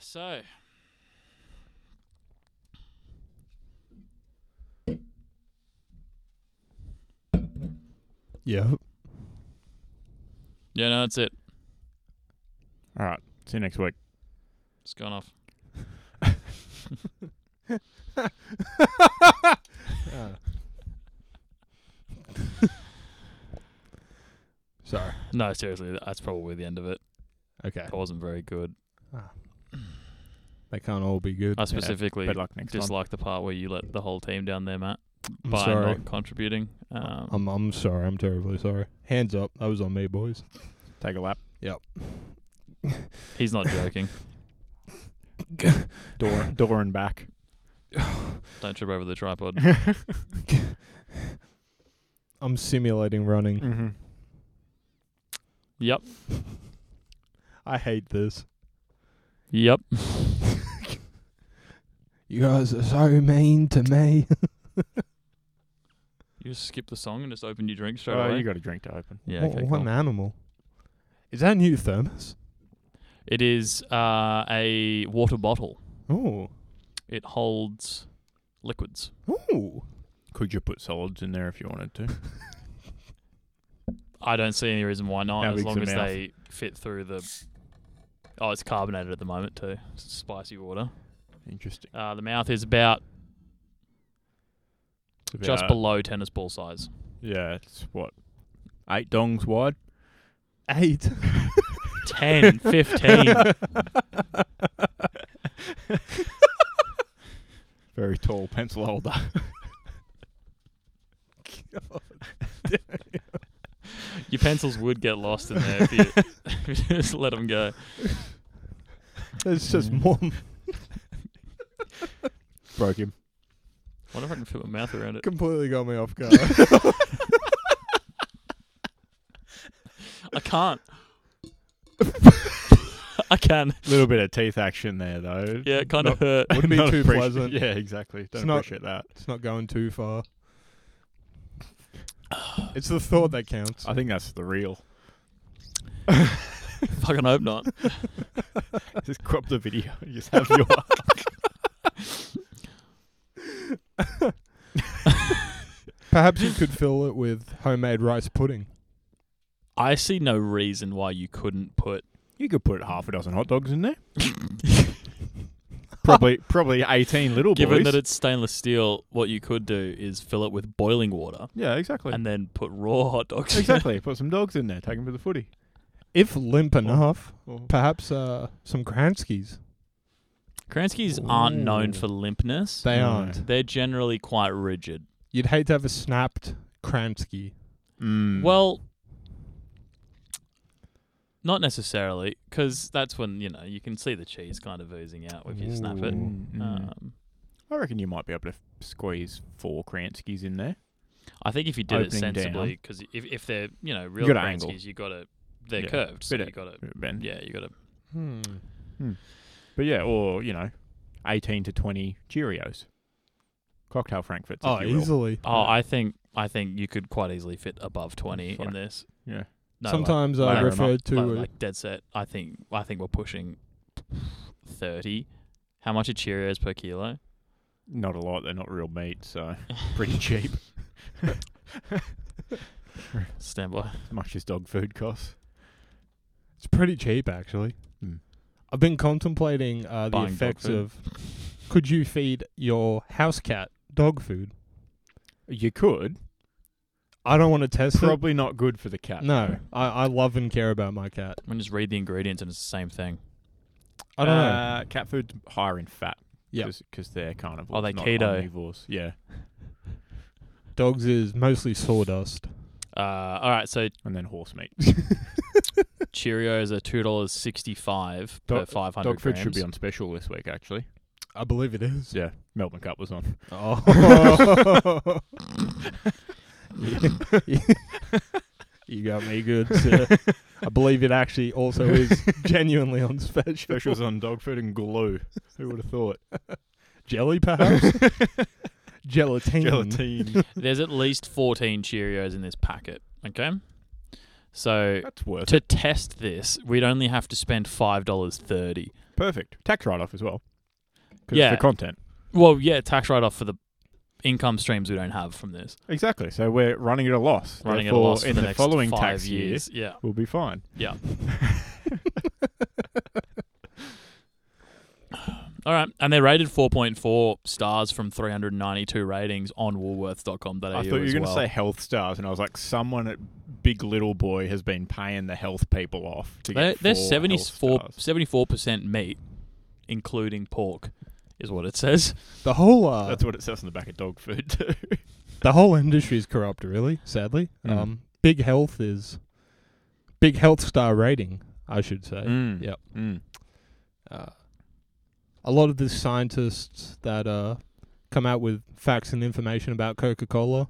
so, Yeah. yeah, no, that's it. All right. See you next week. It's gone off. Sorry. No, seriously, that's probably the end of it. Okay. That wasn't very good. They can't all be good. I specifically Better luck next time. dislike the part where you let the whole team down there, Matt, I'm by sorry. not contributing. Um, I'm I'm sorry. I'm terribly sorry. Hands up. That was on me, boys. Take a lap. Yep. he's not joking. Door, door and back. Don't trip over the tripod. I'm simulating running. Mm-hmm. yep, I hate this. yep. You guys are so mean to me. You just skip the song and just open your drink straight Oh, away. you got a drink to open. yeah, what okay, what cool. an animal. Is that a new thermos? It is uh, a water bottle. Oh. It holds liquids. Oh. Could you put solids in there if you wanted to? I don't see any reason why not, How as big's long the as mouth? they fit through the. Oh, it's carbonated at the moment too. It's spicy water. Interesting. Uh, the mouth is about just About- below tennis ball size. Uh, Yeah, it's what eight dongs wide. Eight. 10, 15. Very tall pencil holder. Your pencils would get lost in there if you, if you just let them go. That's just Mm. more. Broke him. wonder if I can fit my mouth around it. Completely got me off guard. I can't. I can. Little bit of teeth action there though. Yeah, it kind of Not- hurt. Wouldn't be Not too appreci- pleasant. Yeah, exactly. Don't not- appreciate that. It's not going too far. It's the thought that counts. I think that's the real. Fucking hope not. Just crop the video. and Just have your. Perhaps you could fill it with homemade rice pudding. I see no reason why you couldn't put. You could put half a dozen hot dogs in there. Probably, probably eighteen little Given boys. that it's stainless steel, what you could do is fill it with boiling water yeah, exactly. and then put raw hot dogs. in it. exactly. Put some dogs in there. Take them to the footy. If limp Oh. enough, Or- perhaps uh, some Kranskis. Kranskis aren't known Ooh. for limpness. They No. aren't. They're generally quite rigid. You'd hate to have a snapped Kransky. Mm. Well, not necessarily, because that's when you know you can see the cheese kind of oozing out if you snap it. Ooh. Mm, mm. Um, I reckon you might be able to f- squeeze four Kranskis in there. I think if you did it Opening down. sensibly, because if, if they're you know real gotta angle. Kranskis, you got to they're Yeah, curved, so bit you of- got Mm. to Ben. yeah, you got to Hmm. But yeah, or you know, eighteen to twenty Cheerios, cocktail frankfurts. Oh, if you will. easily. Oh, Yeah. I think I think you could quite easily fit above twenty in Fine. this. Yeah. No, Sometimes like, I no, refer like, to like, it. like dead set. I think I think we're pushing thirty. How much are Cheerios per kilo? Not a lot. They're not real meat, so pretty cheap. Stand by. As much as dog food costs. it's pretty cheap, actually. Hmm. I've been contemplating uh, the Buying dog effects food. of could you feed your house cat dog food? You could. I don't want to test it. Probably not good for the cat. No, I, I love and care about my cat. I'm gonna just read the ingredients and it's the same thing. I don't know. uh, Cat food's higher in fat. Yep. Because they're carnivores. they not keto? Omnivores. Yeah. Dogs is mostly sawdust. Uh, all right, so And then horse meat. Cheerios are two dollars sixty five per Dog- five hundred Dog food grams. should be on special this week, actually. I believe it is. Yeah. Melbourne Cup was on. Oh. you got me good, sir. I believe it actually also is genuinely on special. Specials on dog food and glue. Who would have thought? Jelly, perhaps? Gelatine. Gelatine. Mm. There's at least fourteen Cheerios in this packet. Okay, So That's worth to test this, we'd only have to spend five dollars thirty. it. Perfect. Tax write off as well. 'Cause Yeah. It's the content. Well, yeah, tax write off for the income streams we don't have from this. Exactly. So we're running at a loss. Running at a Therefore, loss in for the, the, next following five tax year, years. Yeah. we'll be fine. All right, and they're rated 4.4 stars from 392 ratings on Woolworths.com.au. I thought you were as going to well. say health stars, and I was like, someone at Big Little Boy has been paying the health people off to they're, get they're four 74 health stars. 74% meat, including pork, is what it says. The whole uh, That's what it says on the back of dog food too. the whole industry is corrupt, really. Sadly, Mm. um, big health is big health star rating, I should say. Mm. Uh, Yep. Mm. Uh, a lot of the scientists that uh, come out with facts and information about Coca Cola,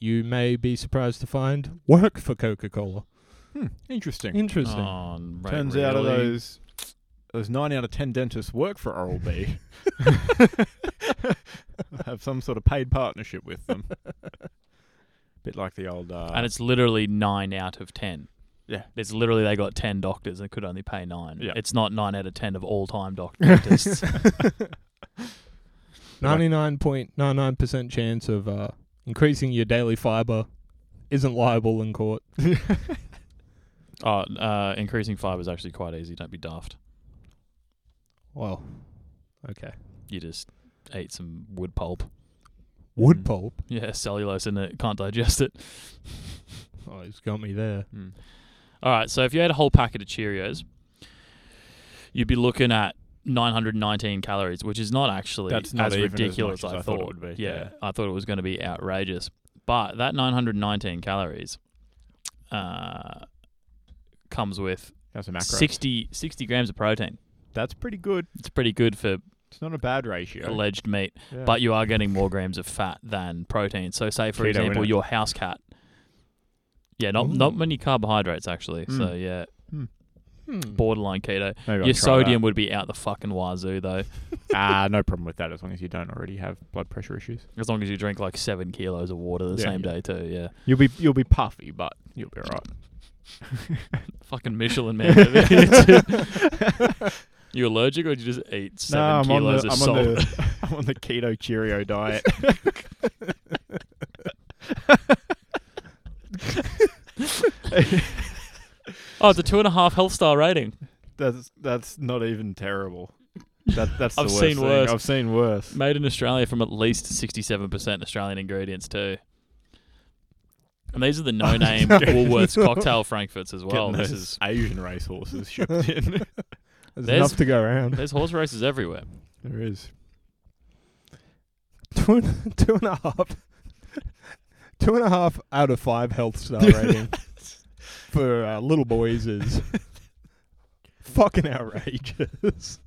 you may be surprised to find work for Coca Cola. Hmm. Interesting. Interesting. Oh, right, Turns out of really? those, those nine out of ten dentists work for Oral B. Have some sort of paid partnership with them. Bit like the old. Uh, And it's literally 9 out of 10. Yeah. It's literally they got 10 doctors and could only pay 9. Yeah. It's not 9 out of 10 of all time doctors. Ninety nine point nine nine percent chance of uh, increasing your daily fiber isn't liable in court. oh, uh, increasing fibre is actually quite easy. Don't be daft. Well, okay. You just ate some wood pulp. Wood Mm. pulp. Yeah, cellulose in it. Can't digest it. Oh, he's got me there. Mm. All right, so if you had a whole packet of Cheerios, you'd be looking at 919 calories, which is not actually That's not as even as ridiculous much as I, I thought. thought it would be, Yeah, yeah. I thought it was going to be outrageous. But that 919 calories uh, comes with How's the macros? 60, 60 grams of protein. That's pretty good. It's pretty good for It's not a bad ratio. alleged meat, Yeah. but you are getting more grams of fat than protein. So, say, for Keto, example, innit? your house cat. Yeah, not, not Ooh. many carbohydrates, actually. So, Mm. yeah, Hmm. borderline keto. Maybe I'll Your try that. sodium would be out the fucking wazoo though, Uh, Ah, no problem with that as long as you don't already have blood pressure issues. as long as you drink like seven kilos of water the Yeah, same yeah. day too. Yeah, You'll be you'll be puffy, but you'll be alright. fucking Michelin man. over here, too. you allergic or did you just eat seven I'm on kilos the- of I'm salt? on the I'm on the keto Cheerio diet. oh, it's a two and a half health star rating. That's that's not even terrible. That that's I've the worst seen thing. worse. I've seen worse. Made in Australia from at least sixty-seven percent Australian ingredients too. And these are the no-name no. Woolworths cocktail frankfurts as well. Getting This those is Asian racehorses shipped in. There's, There's- enough to go around. there's horse races everywhere. there is. Two and, two and a half. Two and a half out of five health star rating for uh, little boys is fucking outrageous.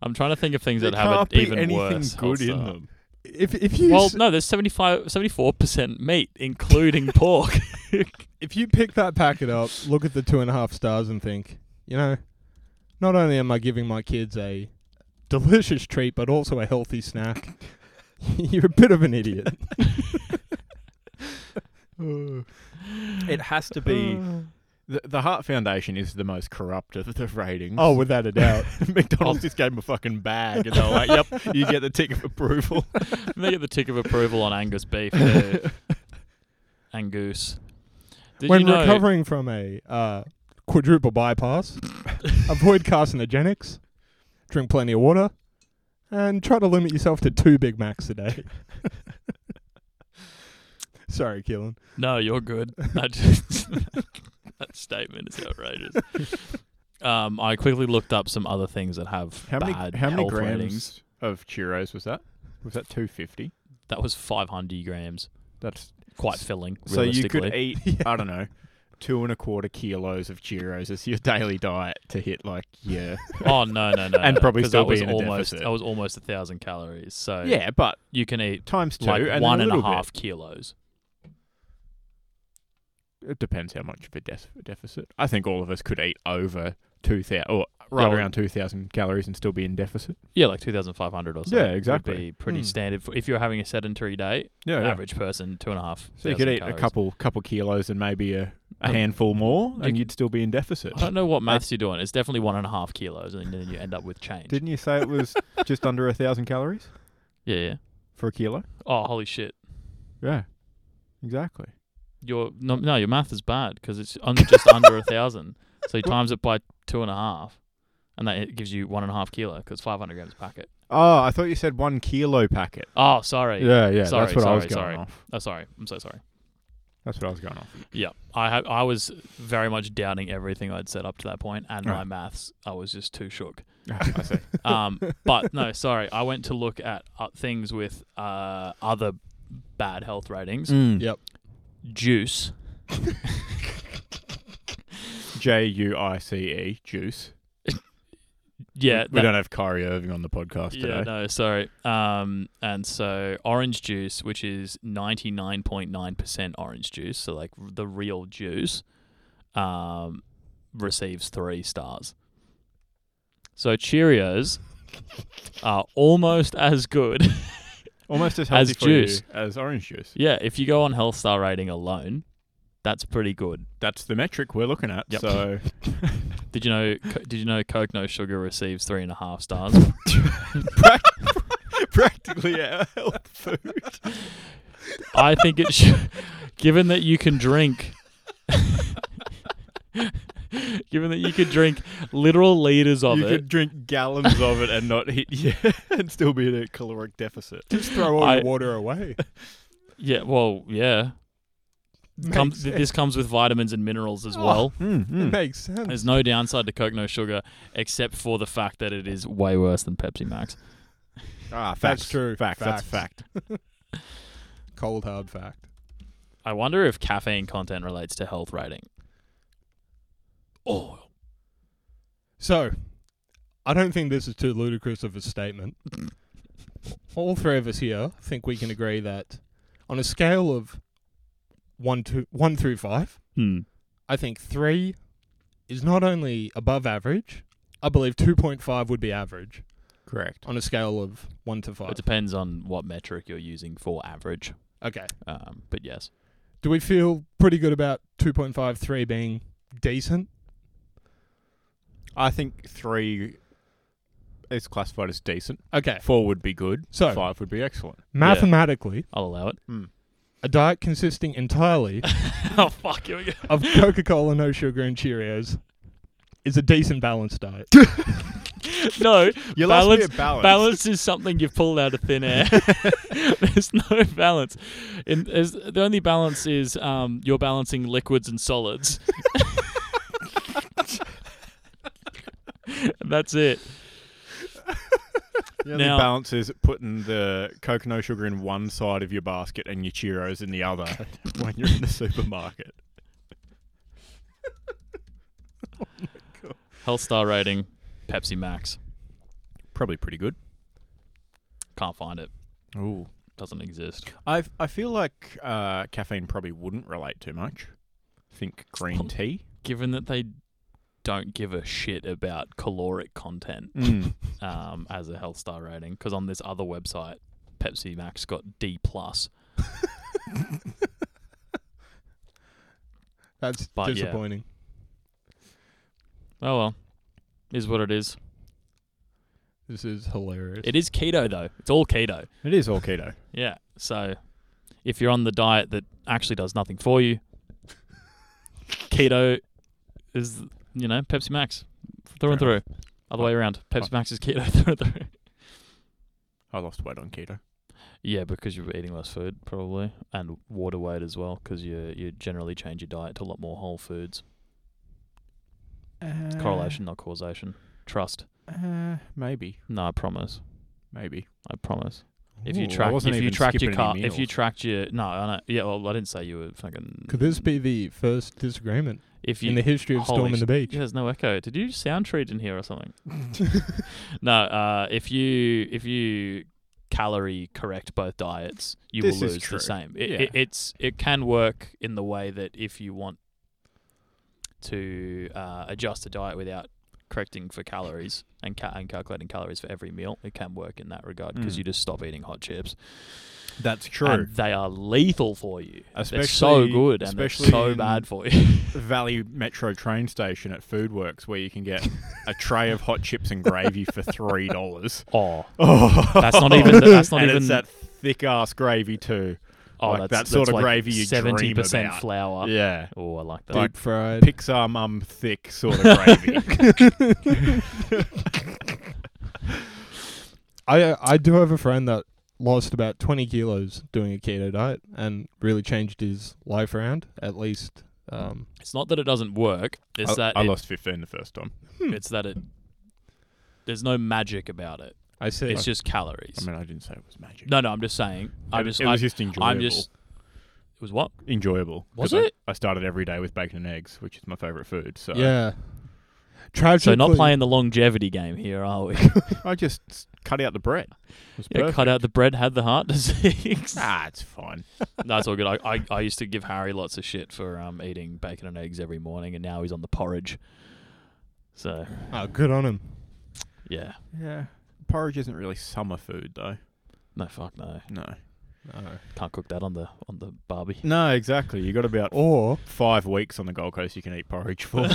I'm trying to think of things There that have can't an be even anything worse health good in star. them. If if you Well, s- no, there's 75, 74% meat, including pork. if you pick that packet up, look at the two and a half stars and think, you know, not only am I giving my kids a delicious treat, but also a healthy snack. You're a bit of an idiot. It has to be the, the Heart Foundation is the most corrupt of the ratings. Oh, without a doubt. McDonald's just gave him a fucking bag, and they're like, "Yep, you get the tick of approval." they get the tick of approval on Angus beef too. Angus. Did when you know, recovering from a uh, quadruple bypass, avoid carcinogenics, drink plenty of water, and try to limit yourself to two Big Macs a day. Sorry, Keelan. No, you're good. I just, that statement is outrageous. Um, I quickly looked up some other things that have How many bad how many health grams ratings. of churros was that? Was that two fifty? That was 500 grams. That's Quite filling, so you realistically. could eat. I don't know. Two and a quarter kilos of Cheerios as your daily diet to hit like yeah, oh, no, no, no. And no, probably 'cause still that was be in a almost, deficit. That was almost a 1,000 calories. So yeah, but you can eat times two like and one then and a a little half kilos. Bit. It depends how much of a def- deficit. I think all of us could eat over two thousand or right Yeah, around two thousand calories and still be in deficit. Yeah, like 2,500 or so. Yeah, would exactly. be pretty Mm. standard. For, if you're having a sedentary day, Yeah, yeah. average person, two and a half. So you could thousand eat a calories. couple couple kilos and maybe a, a Um, handful more, you- and you'd still be in deficit. I don't know what maths you're doing. It's definitely one and a half kilos, and then you end up with change. Didn't you say it was just under a thousand calories yeah, yeah. for a kilo? Oh, holy shit. Yeah, exactly. Your no, no, your math is bad because it's un- just under a thousand. So you times it by two and a half, and that gives you one and a half kilo because 500 grams a packet. Oh, I thought you said one kilo packet. Oh, sorry. Yeah, yeah, Sorry, that's what I was sorry, going sorry. off. Oh, sorry. I'm so sorry. That's what I was going off. Yeah, I ha- I was very much doubting everything I'd said up to that point, and my Right. maths. I was just too shook. Ah, I see. Um, but no, sorry. I went to look at uh, things with uh, other bad health ratings. Mm. Yeah. Juice. J U I C E juice. Yeah, we, we that- don't have Kyrie Irving on the podcast yeah. today. No, sorry. Um, and so orange juice, which is ninety nine point nine percent orange juice, so like r- the real juice, um, receives three stars. So Cheerios are almost as good. Almost as healthy As for you juice. as orange juice. yeah, if you go on health star rating alone, that's pretty good. That's the metric we're looking at. Yep. So Did you know? Co- Did you know Coke No Sugar receives three and a half stars? practically a health food. I think it should, given that you can drink, given that you could drink literal liters of you it, could drink gallons of it and not hit yeah, and still be in a caloric deficit. Just throw all I- your water away. yeah, well, yeah. Comes- Makes th- this comes with vitamins and minerals as Oh. well. Hmm, It makes sense. There's no downside to Coke No Sugar except for the fact that it is way worse than Pepsi Max. Ah, facts. That's true. Facts. That's Facts. fact. Cold hard fact. I wonder if caffeine content relates to health rating. Oh, So, I don't think this is too ludicrous of a statement. All three of us here think we can agree that on a scale of one to one through five, hmm. I think three is not only above average. I believe two point five would be average Correct. on a scale of one to five. it depends on what metric you're using for average. Okay. Um, but yes, Do we feel pretty good about two point five three being decent? I think three is classified as decent. Okay. Four would be good. So- five would be excellent. Mathematically, I'll allow it. a diet consisting entirely oh fuck, here we go. of Coca Cola, no sugar, and Cheerios is a decent balanced diet. No, You Balance- lost me at balance. balance is something you've pulled out of thin air. there's no balance. In, there's, the only balance is um, you're balancing liquids and solids. And That's it. The only Now- balance is putting the Coke no sugar in one side of your basket and your Cheerios in the other when you're in the supermarket. Health star rating, Pepsi Max. Probably pretty good. Can't find it. Ooh. Doesn't exist. I I feel like uh, caffeine probably wouldn't relate too much. Think green tea. Given that they don't give a shit about caloric content Mm. um, as a health star rating, because on this other website, Pepsi Max got D plus. That's But yeah. disappointing. Oh well, is what it is. This is hilarious. It is keto though. It's all keto. It is all keto. Yeah. So if you're on the diet that actually does nothing for you, keto is you know Pepsi Max through and Fair through. Other way around. Pepsi Max is keto through and through. I lost weight on keto. Yeah, because you're eating less food probably and water weight as well because you you generally change your diet to a lot more whole foods. Correlation, not causation. Trust. Uh, maybe, No, I promise. maybe. I promise. If Ooh, you I track, wasn't if you even track your skipping car, any if you meals. tracked your no, I know, yeah, well, I didn't say you were fucking. Could this be the first disagreement if in you? the history of holy Storm in the Beach? Yeah, there's no echo. Did you sound treat in here or something? no, uh, if you if you calorie correct both diets, you This will is lose true. the same. It, Yeah. it, it's it can work in the way that if you want to uh, adjust a diet without correcting for calories and ca- and calculating calories for every meal, it can work in that regard because Mm. you just stop eating hot chips. That's true. And they are lethal for you. especially they're so good and they're especially so in bad for you. Valley Metro train station at Foodworks, where you can get a tray of hot chips and gravy for three dollars. oh, Oh, that's not even. That's not and even. it's that thick ass gravy too. oh, that's, like that sort that's of like gravy you dream Seventy percent about. flour. Yeah, Oh, I like that. Deep fried. Pixar mum thick sort of gravy. I I do have a friend that lost about 20 kilos doing a keto diet and really changed his life around. At least, um, It's not that it doesn't work. It's I, that Oh, I it, lost Hmm. fifteen the first time. it's that it. There's no magic about it. I see. It's just calories. I mean, I didn't say it was magic. No, no, I'm just saying. It- I'm just. it was I, just enjoyable. I'm just. It was what? enjoyable. Was 'cause I- it? I, started every day with bacon and eggs, which is my favorite food. So yeah. uh, Tragically, So not playing the longevity game here, are we? I just s- cut out the bread. It was yeah, perfect. cut out the bread, had the heart disease. Ah, it's fine. That's all good. I, I, I used to give Harry lots of shit for um eating bacon and eggs every morning, and now he's on the porridge. So Oh, good on him. yeah, Yeah, porridge isn't really summer food though. no fuck no, No. can't cook that on the on the barbie. No, exactly. You got about Or five weeks on the Gold Coast you can eat porridge for.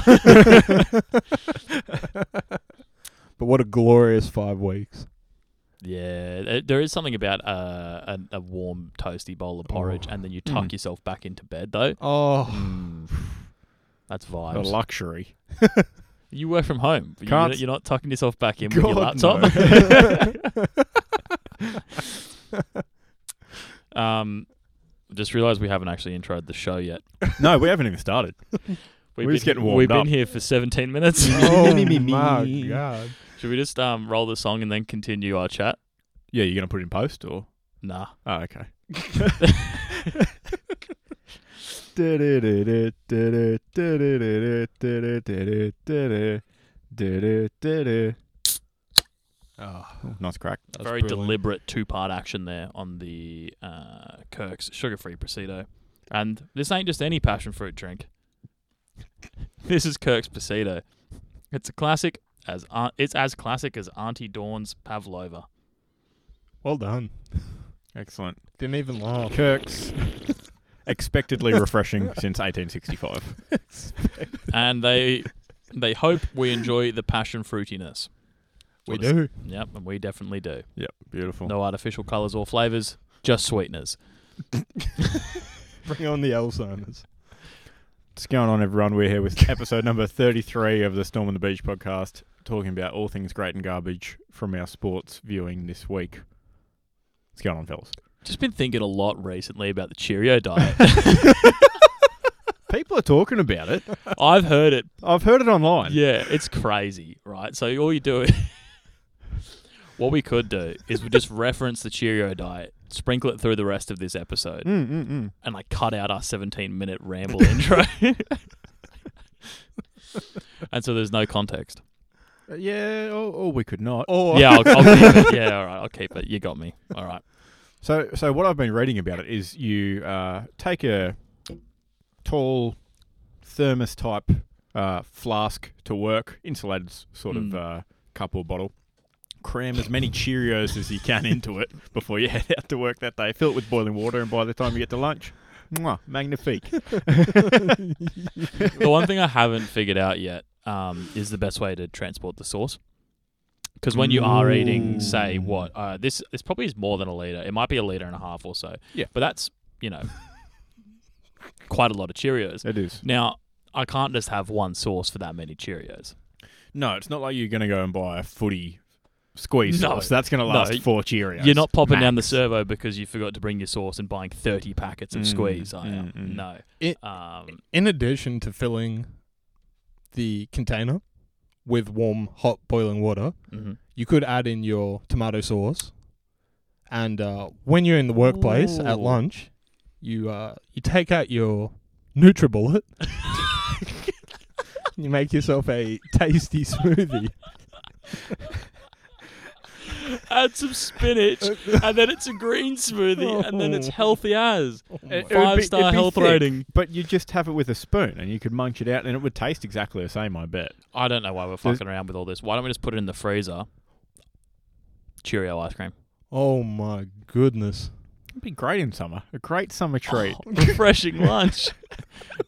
But what a glorious five weeks. Yeah, there- there is something about uh, a a warm toasty bowl of porridge, Oh. and then you tuck Mm. yourself back into bed though. Oh, Mm. That's a vibes. luxury. You work from home. You- You're, Can't- not- you're not tucking yourself back in with your God, laptop. um, just realised we haven't actually introed the show yet. No, we haven't even started. We've We're just been, getting warmed We've up. been here for 17 minutes. oh my god. Should we just um, roll the song and then continue our chat? Yeah, you're gonna put it in post or Nah. oh okay. Oh, Ah, Nice crack. Very deliberate two-part action there on the uh, Kirk's sugar-free Prosecco. And this ain't just any passion fruit drink. this is Kirk's Prosecco. It's a classic as uh, it's as classic as Auntie Dawn's pavlova. Well done. Excellent. Didn't even laugh. Kirk's expectedly refreshing since 1865. and they they hope we enjoy the passion fruitiness. We What is- do. Yep, and we definitely do. Yep, beautiful. No artificial colours or flavours, just sweeteners. Bring on the Alzheimer's. What's going on, everyone? We're here with episode number 33 of the Storm on the Beach podcast, talking about all things great and garbage from our sports viewing this week. What's going on, fellas? Just been thinking a lot recently about the Cheerio diet. People are talking about it. I've heard it. I've heard it online. Yeah, it's crazy, right? So all you do is what we could do is we just reference the Cheerio diet, sprinkle it through the rest of this episode, Mm, mm, mm. and like cut out our 17 minute ramble intro. and so there's no context. Uh, yeah, or, or we could not. Or Yeah, I'll, I'll keep it. Yeah, all right, I'll keep it. You got me. All right. So, so what I've been reading about it is you uh, take a tall thermos type uh, flask to work, insulated s- sort Mm. of uh, cup or bottle. Cram as many Cheerios as you can into it before you head out to work that day. Fill it with boiling water, and by the time you get to lunch, mwah, magnifique. The one thing I haven't figured out yet um, is the best way to transport the sauce. Because when you are eating, say Ooh. what uh, this this probably is more than a liter. It might be a liter and a half or so. Yeah. but that's you know quite a lot of Cheerios. It is. Now I can't just have one sauce for that many Cheerios. No, it's not like you're going to go and buy a footy squeeze No. sauce. That's going to No. last four Cheerios. You're not popping down the max. servo because you forgot to bring your sauce and buying thirty packets of Mm, squeeze. I mm, mm. no. It- um, in addition to filling the container with warm, hot, boiling water, mhm. you could add in your tomato sauce. And uh, when you're in the workplace at Ooh. lunch, you uh, you take out your NutriBullet. Mm-hmm. you make yourself a tasty smoothie. add some spinach, and then it's a green smoothie, and then it's healthy as. Oh. It- it would Five be- star it'd be health thick, rating. But you just have it with a spoon and you could munch it out and it would taste exactly the same, I bet. I don't know why we're fucking around with all this. Why don't we just put it in the freezer? Cheerio ice cream. Oh my goodness. It'd be great in summer. A great summer treat. Oh, refreshing lunch.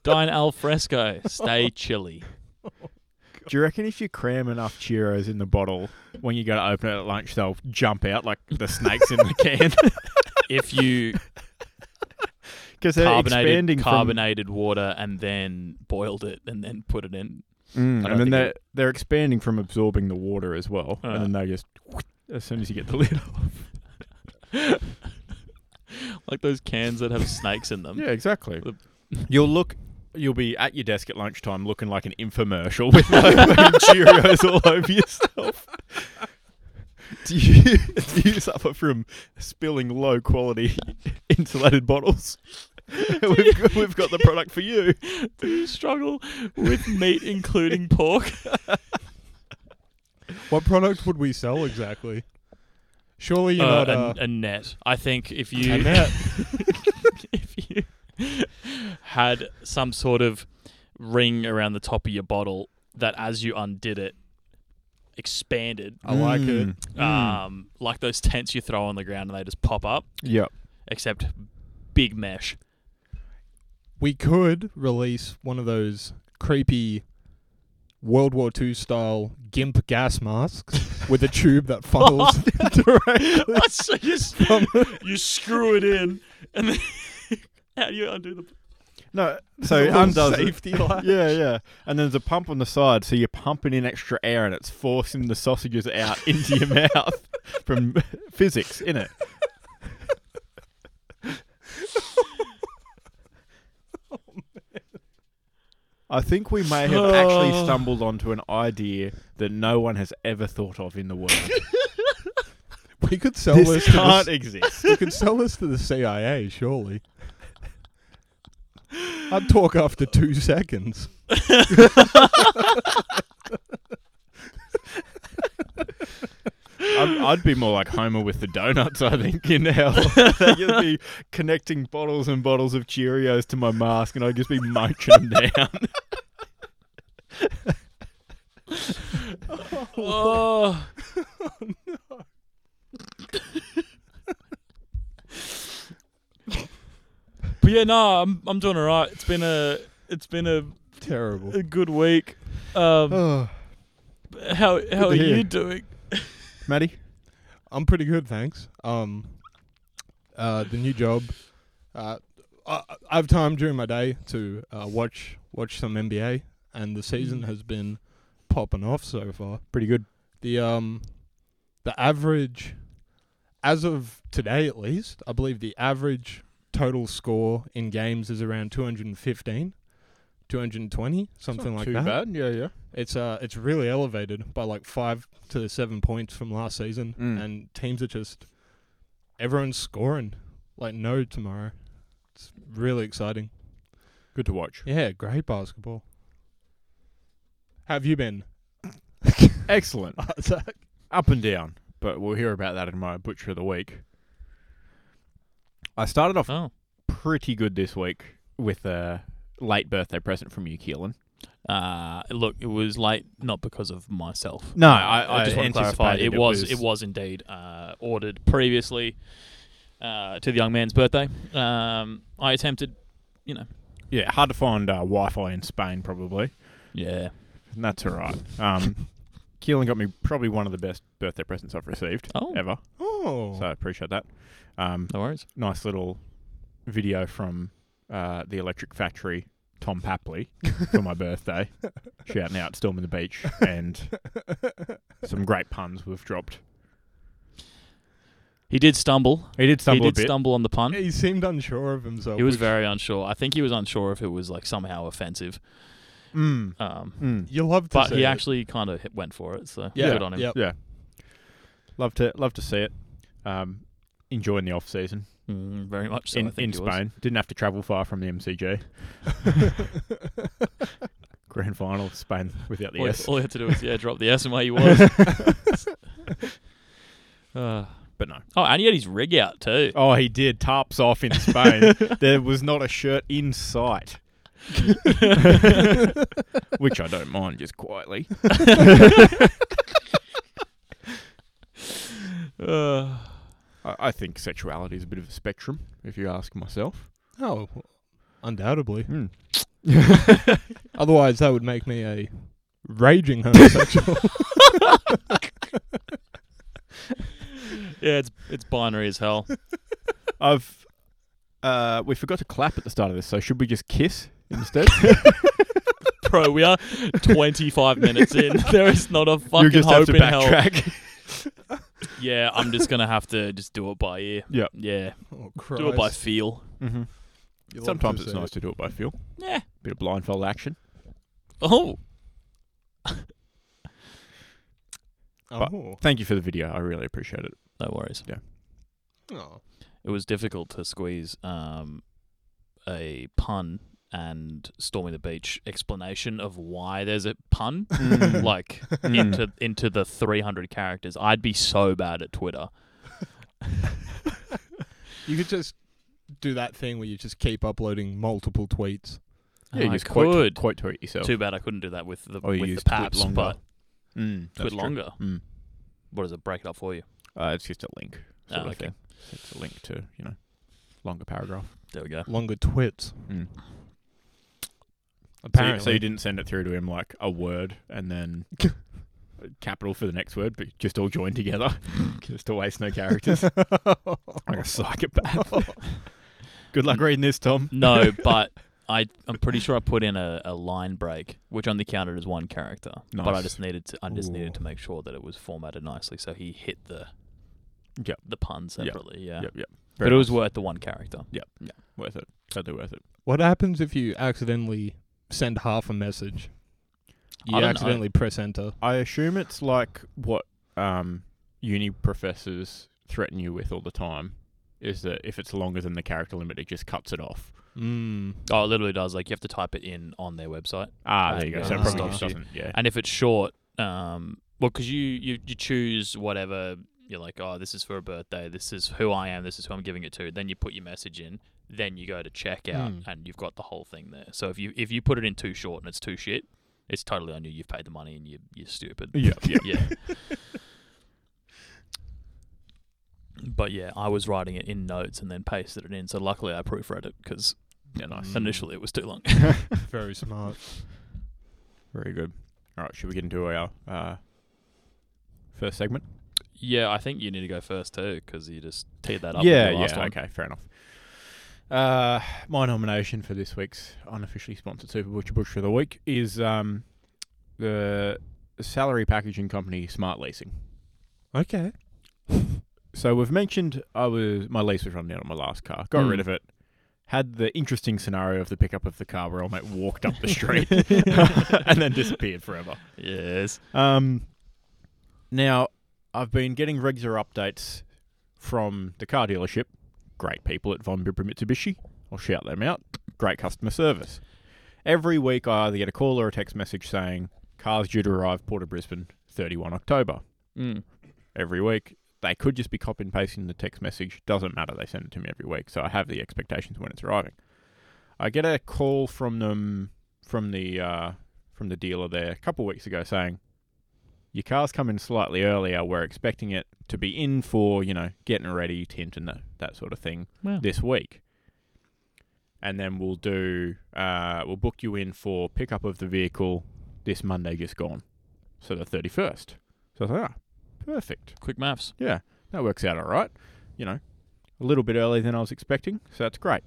Dine al fresco. Stay chilly. Do you reckon if you cram enough Cheerios in the bottle, when you go to open it at lunch, they'll jump out like the snakes in the can? If you Because they're carbonated expanding from- carbonated water and then boiled it and then put it in. Mm, I don't and then think they're, it- they're expanding from absorbing the water as well. Uh. and then they just, as soon as you get the lid off. Like those cans that have snakes in them. Yeah, exactly. The- You'll look, you'll be at your desk at lunchtime looking like an infomercial with like fucking Cheerios all over yourself. Do you, do you suffer from spilling low quality insulated bottles? we've, got, we've got the product for you. Do you struggle with meat including pork? What product would we sell exactly? Surely you're Uh, not uh, a, a net. I think if you a net. if you had some sort of ring around the top of your bottle that as you undid it expanded I like Mm. it. Mm. um, like those tents you throw on the ground and they just pop up Yep. except big mesh We could release one of those creepy World War II style gimp gas masks with a tube that funnels directly. so you, s- you screw it in and then how do you undo the No, so it Little undoes it. safety latch. Yeah, yeah. And then there's a pump on the side, so you're pumping in extra air, and it's forcing the sausages out into your mouth from physics, in it. I think we may have actually Oh. stumbled onto an idea that no one has ever thought of in the world. We could sell this, this to the s- can't exist. we could sell this to the CIA, surely. I'd talk after two seconds. I'd, I'd be more like Homer with the donuts, I think, in hell. They'd just be connecting bottles and bottles of Cheerios to my mask, and I'd just be munching them down. oh no but yeah no i'm i'm doing all right it's been a it's been a, Terrible. a good week um Oh, how how to are hear. you doing Maddie? I'm pretty good, thanks. Um, uh, the new job. Uh, I, I have time during my day to uh, watch watch some NBA, and the season has been popping off so far. Pretty good. The um, the average, as of today at least, I believe the average total score in games is around 215, 220, something like that. bad. Yeah, yeah. It's uh, it's really elevated by like five to seven points from last season, Mm. and teams are just everyone's scoring like no tomorrow. It's really exciting. Good to watch. Yeah, great basketball. How have you been, Excellent. Zach? Up and down, but we'll hear about that in my Butcher of the Week. I started off oh pretty good this week with a late birthday present from you, Keelan. Uh, look, it was late, not because of myself. No, Uh, I- I just want to clarify. anticipated It it was, was- it was indeed uh, ordered previously uh, to the young man's birthday. Um, I attempted, you know, Yeah, hard to find uh, Wi-Fi in Spain, probably. yeah. And That's all right. Um, Keelan got me probably one of the best birthday presents I've received Oh. ever, Oh, so I appreciate that. Um, No worries. nice little video from uh, the Electric Factory, Tom Papley, for my birthday. Shouting out Storm in the Beach and some great puns we've dropped. He did stumble. He did stumble he a did bit. stumble on the pun. he seemed unsure of himself. He was which- very unsure. I think he was unsure if it was like somehow offensive. Mm, Um, mm. You love to but see he it. actually kind of went for it. So yeah, good on him. Yep. Yeah, love to love to see it. Um, enjoying the off season Mm, very much so. I in, in think he was. Spain. Didn't have to travel far from the MCG. Grand final Spain without the All, S. all you had to do was yeah, drop the S and where you was. Uh, But no. oh, and he had his rig out too. Oh, he did. Tarps off in Spain. there was not a shirt in sight. Which I don't mind, just quietly. Uh, I, I think sexuality is a bit of a spectrum, if you ask myself. Oh, undoubtedly. Hmm. Otherwise, that would make me a raging homosexual. Oh. yeah, it's it's binary as hell. I've. Uh, we forgot to clap at the start of this, so should we just kiss instead? Bro, we are 25 minutes in. There is not a fucking you just hope have to in hell. backtrack. Yeah, I'm just going to have to just do it by ear. Yep. Yeah. oh, Do it by Christ. feel. mm-hmm. You love Sometimes to it's see nice it. to do it by feel. Yeah. Bit of blindfold action. Oh. But- Oh. Thank you for the video. I really appreciate it. No worries. Oh. It was difficult to squeeze um, a pun and Stormy the Beach explanation of why there's a pun Mm. like into into the 300 characters. I'd be so bad at Twitter. You could just do that thing where you just keep uploading multiple tweets. yeah, you I just quote, could. quote tweet yourself. Too bad I couldn't do that with the Or you with the use Twit paps, longer. but Mm, Twit that's true. longer. Mm. What does it break it up for you? Uh, it's just a link. Sort Ah, of okay. thing. It's a link to you know longer paragraph. There we go. Longer twits. Mm. So, you, Apparently. so you didn't send it through to him like a word and then capital for the next word, but just all joined together, just to waste no characters. like a psychopath. Good luck reading this, Tom. No, but I I'm pretty sure I put in a, a line break, which only counted as one character. But I Nice. just needed to I just Ooh. needed to make sure that it was formatted nicely, so he hit the Yep. the pun separately. Yeah, Yep, yep. but Very it was nice. worth the one character. worth it. Totally worth it. What happens if you accidentally send half a message? I You don't know. accidentally press enter. I assume it's like what um, uni professors threaten you with all the time is that if it's longer than the character limit, it just cuts it off. Mm. Oh, it literally does. Like you have to type it in on their website, Ah, Uh, there you go. yeah, So it it probably stops just you. Ah, doesn't. Yeah. and if it's short, um, well, because you, you you choose whatever you're like. Oh, this is for a birthday. This is who I am. This is who I'm giving it to. Then you put your message in. Then you go to check out, Hmm. and you've got the whole thing there. So if you if you put it in too short and it's too shit, it's totally on you. You've paid the money, and you you're stupid. Yeah, yeah. yeah. But yeah, I was writing it in notes and then pasted it in. So luckily, I proofread it because yeah, nice. initially it was too long. Very smart. Very good. All right, should we get into our uh, first segment? yeah, I think you need to go first too because you just teed that up. yeah, with your last yeah. one. Okay, fair enough. Uh, my nomination for this week's unofficially sponsored Super Butcher Butcher of the Week is um, the salary packaging company Smart Leasing. Okay. So we've mentioned I was my lease was run down on my last car. Got Mm. rid of it. Had the interesting scenario of the pickup of the car where old mate walked up the street and then disappeared forever. Yes. Um, now, I've been getting regular updates from the car dealership. Great people at Von Bibra Mitsubishi. I'll shout them out. Great customer service. Every week, I either get a call or a text message saying, car's due to arrive Port of Brisbane 31 October. Mm. Every week. They could just be copying and pasting the text message. Doesn't matter. They send it to me every week. So I have the expectations when it's arriving. I get a call from them, from the, uh, from the dealer there a couple of weeks ago saying, your car's come in slightly earlier. We're expecting it to be in for, you know, getting ready, tint and that, that sort of thing Wow. this week. And then we'll do, uh, we'll book you in for pickup of the vehicle this Monday just gone. So the 31st. So I thought, ah, perfect. Quick maths. Yeah, that works out all right. You know, a little bit earlier than I was expecting, so that's great.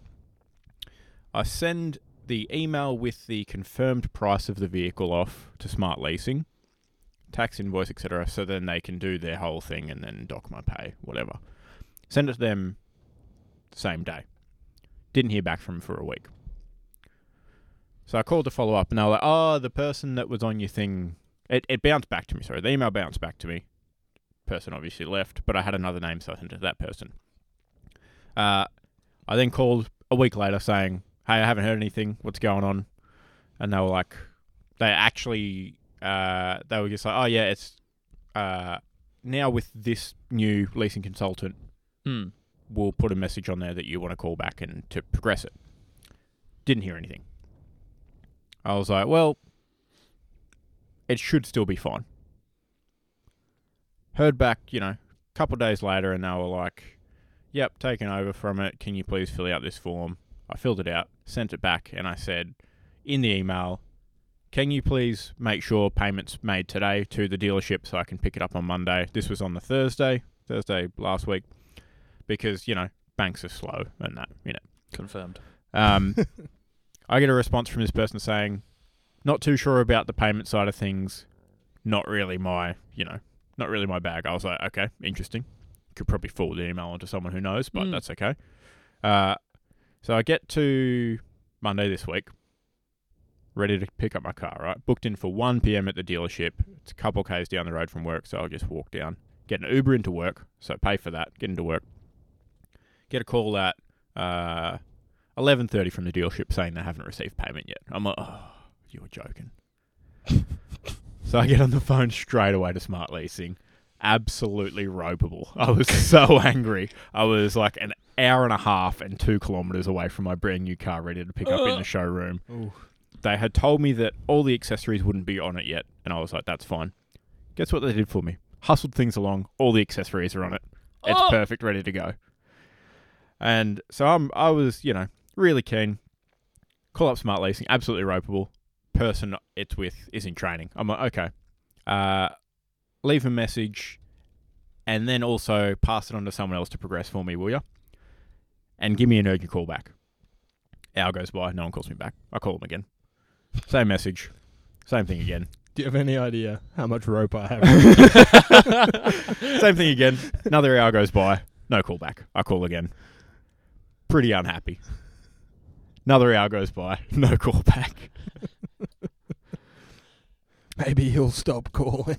I send the email with the confirmed price of the vehicle off to Smart Leasing, tax invoice, etc. So then they can do their whole thing and then dock my pay, whatever. Send it to them same day. Didn't hear back from 'em for a week. So I called to follow up, and they were like, "Oh, the person that was on your thing." It, it bounced back to me. Sorry, the email bounced back to me person obviously left, but I had another name, so I sent it to that person. Uh, I then called a week later saying, Hey, I haven't heard anything. What's going on? And they were like, They actually, uh, they were just like, Oh, yeah, it's uh, now with this new leasing consultant, Hmm. we'll put a message on there that you want to call back and to progress it. Didn't hear anything. I was like, well, it should still be fine. Heard back, you know, a couple of days later, and they were like, yep, taken over from it. Can you please fill out this form? I filled it out, sent it back, and I said in the email, can you please make sure payments made today to the dealership so I can pick it up on Monday? This was on the Thursday, Thursday last week because you know banks are slow and that you know. Confirmed. Um, I get a response from this person saying, "Not too sure about the payment side of things. Not really my you know, not really my bag." I was like, "Okay, interesting." Could probably forward the email onto someone who knows, but Mm. that's okay. Uh, so I get to Monday this week, ready to pick up my car. Right, booked in for 1 p.m. at the dealership. It's a couple k's down the road from work, so I'll just walk down, get an Uber into work. So pay for that, get into work. Get a call at uh, 11:30 from the dealership saying they haven't received payment yet. I'm like, oh, you were joking. so I get on the phone straight away to Smart Leasing. Absolutely ropeable. I was so angry. I was like an hour and a half and two kilometers away from my brand new car ready to pick up in the showroom Ooh. they had told me that all the accessories wouldn't be on it yet, and I was like, "That's fine." Guess what they did for me? Hustled things along. All the accessories are on it. It's Oh! perfect, ready to go. And so I'm, I was, you know, really keen. Call up Smart Leasing, absolutely ropeable. Person it's with is in training. I'm like, okay. Uh, leave a message, and then also pass it on to someone else to progress for me, will you? And give me an urgent call back. Hour goes by, no one calls me back. I call them again. Same message. Same thing again. Do you have any idea how much rope I have? Same thing again. Another hour goes by. No call back. I call again. Pretty unhappy. Another hour goes by. No call back. Maybe he'll stop calling.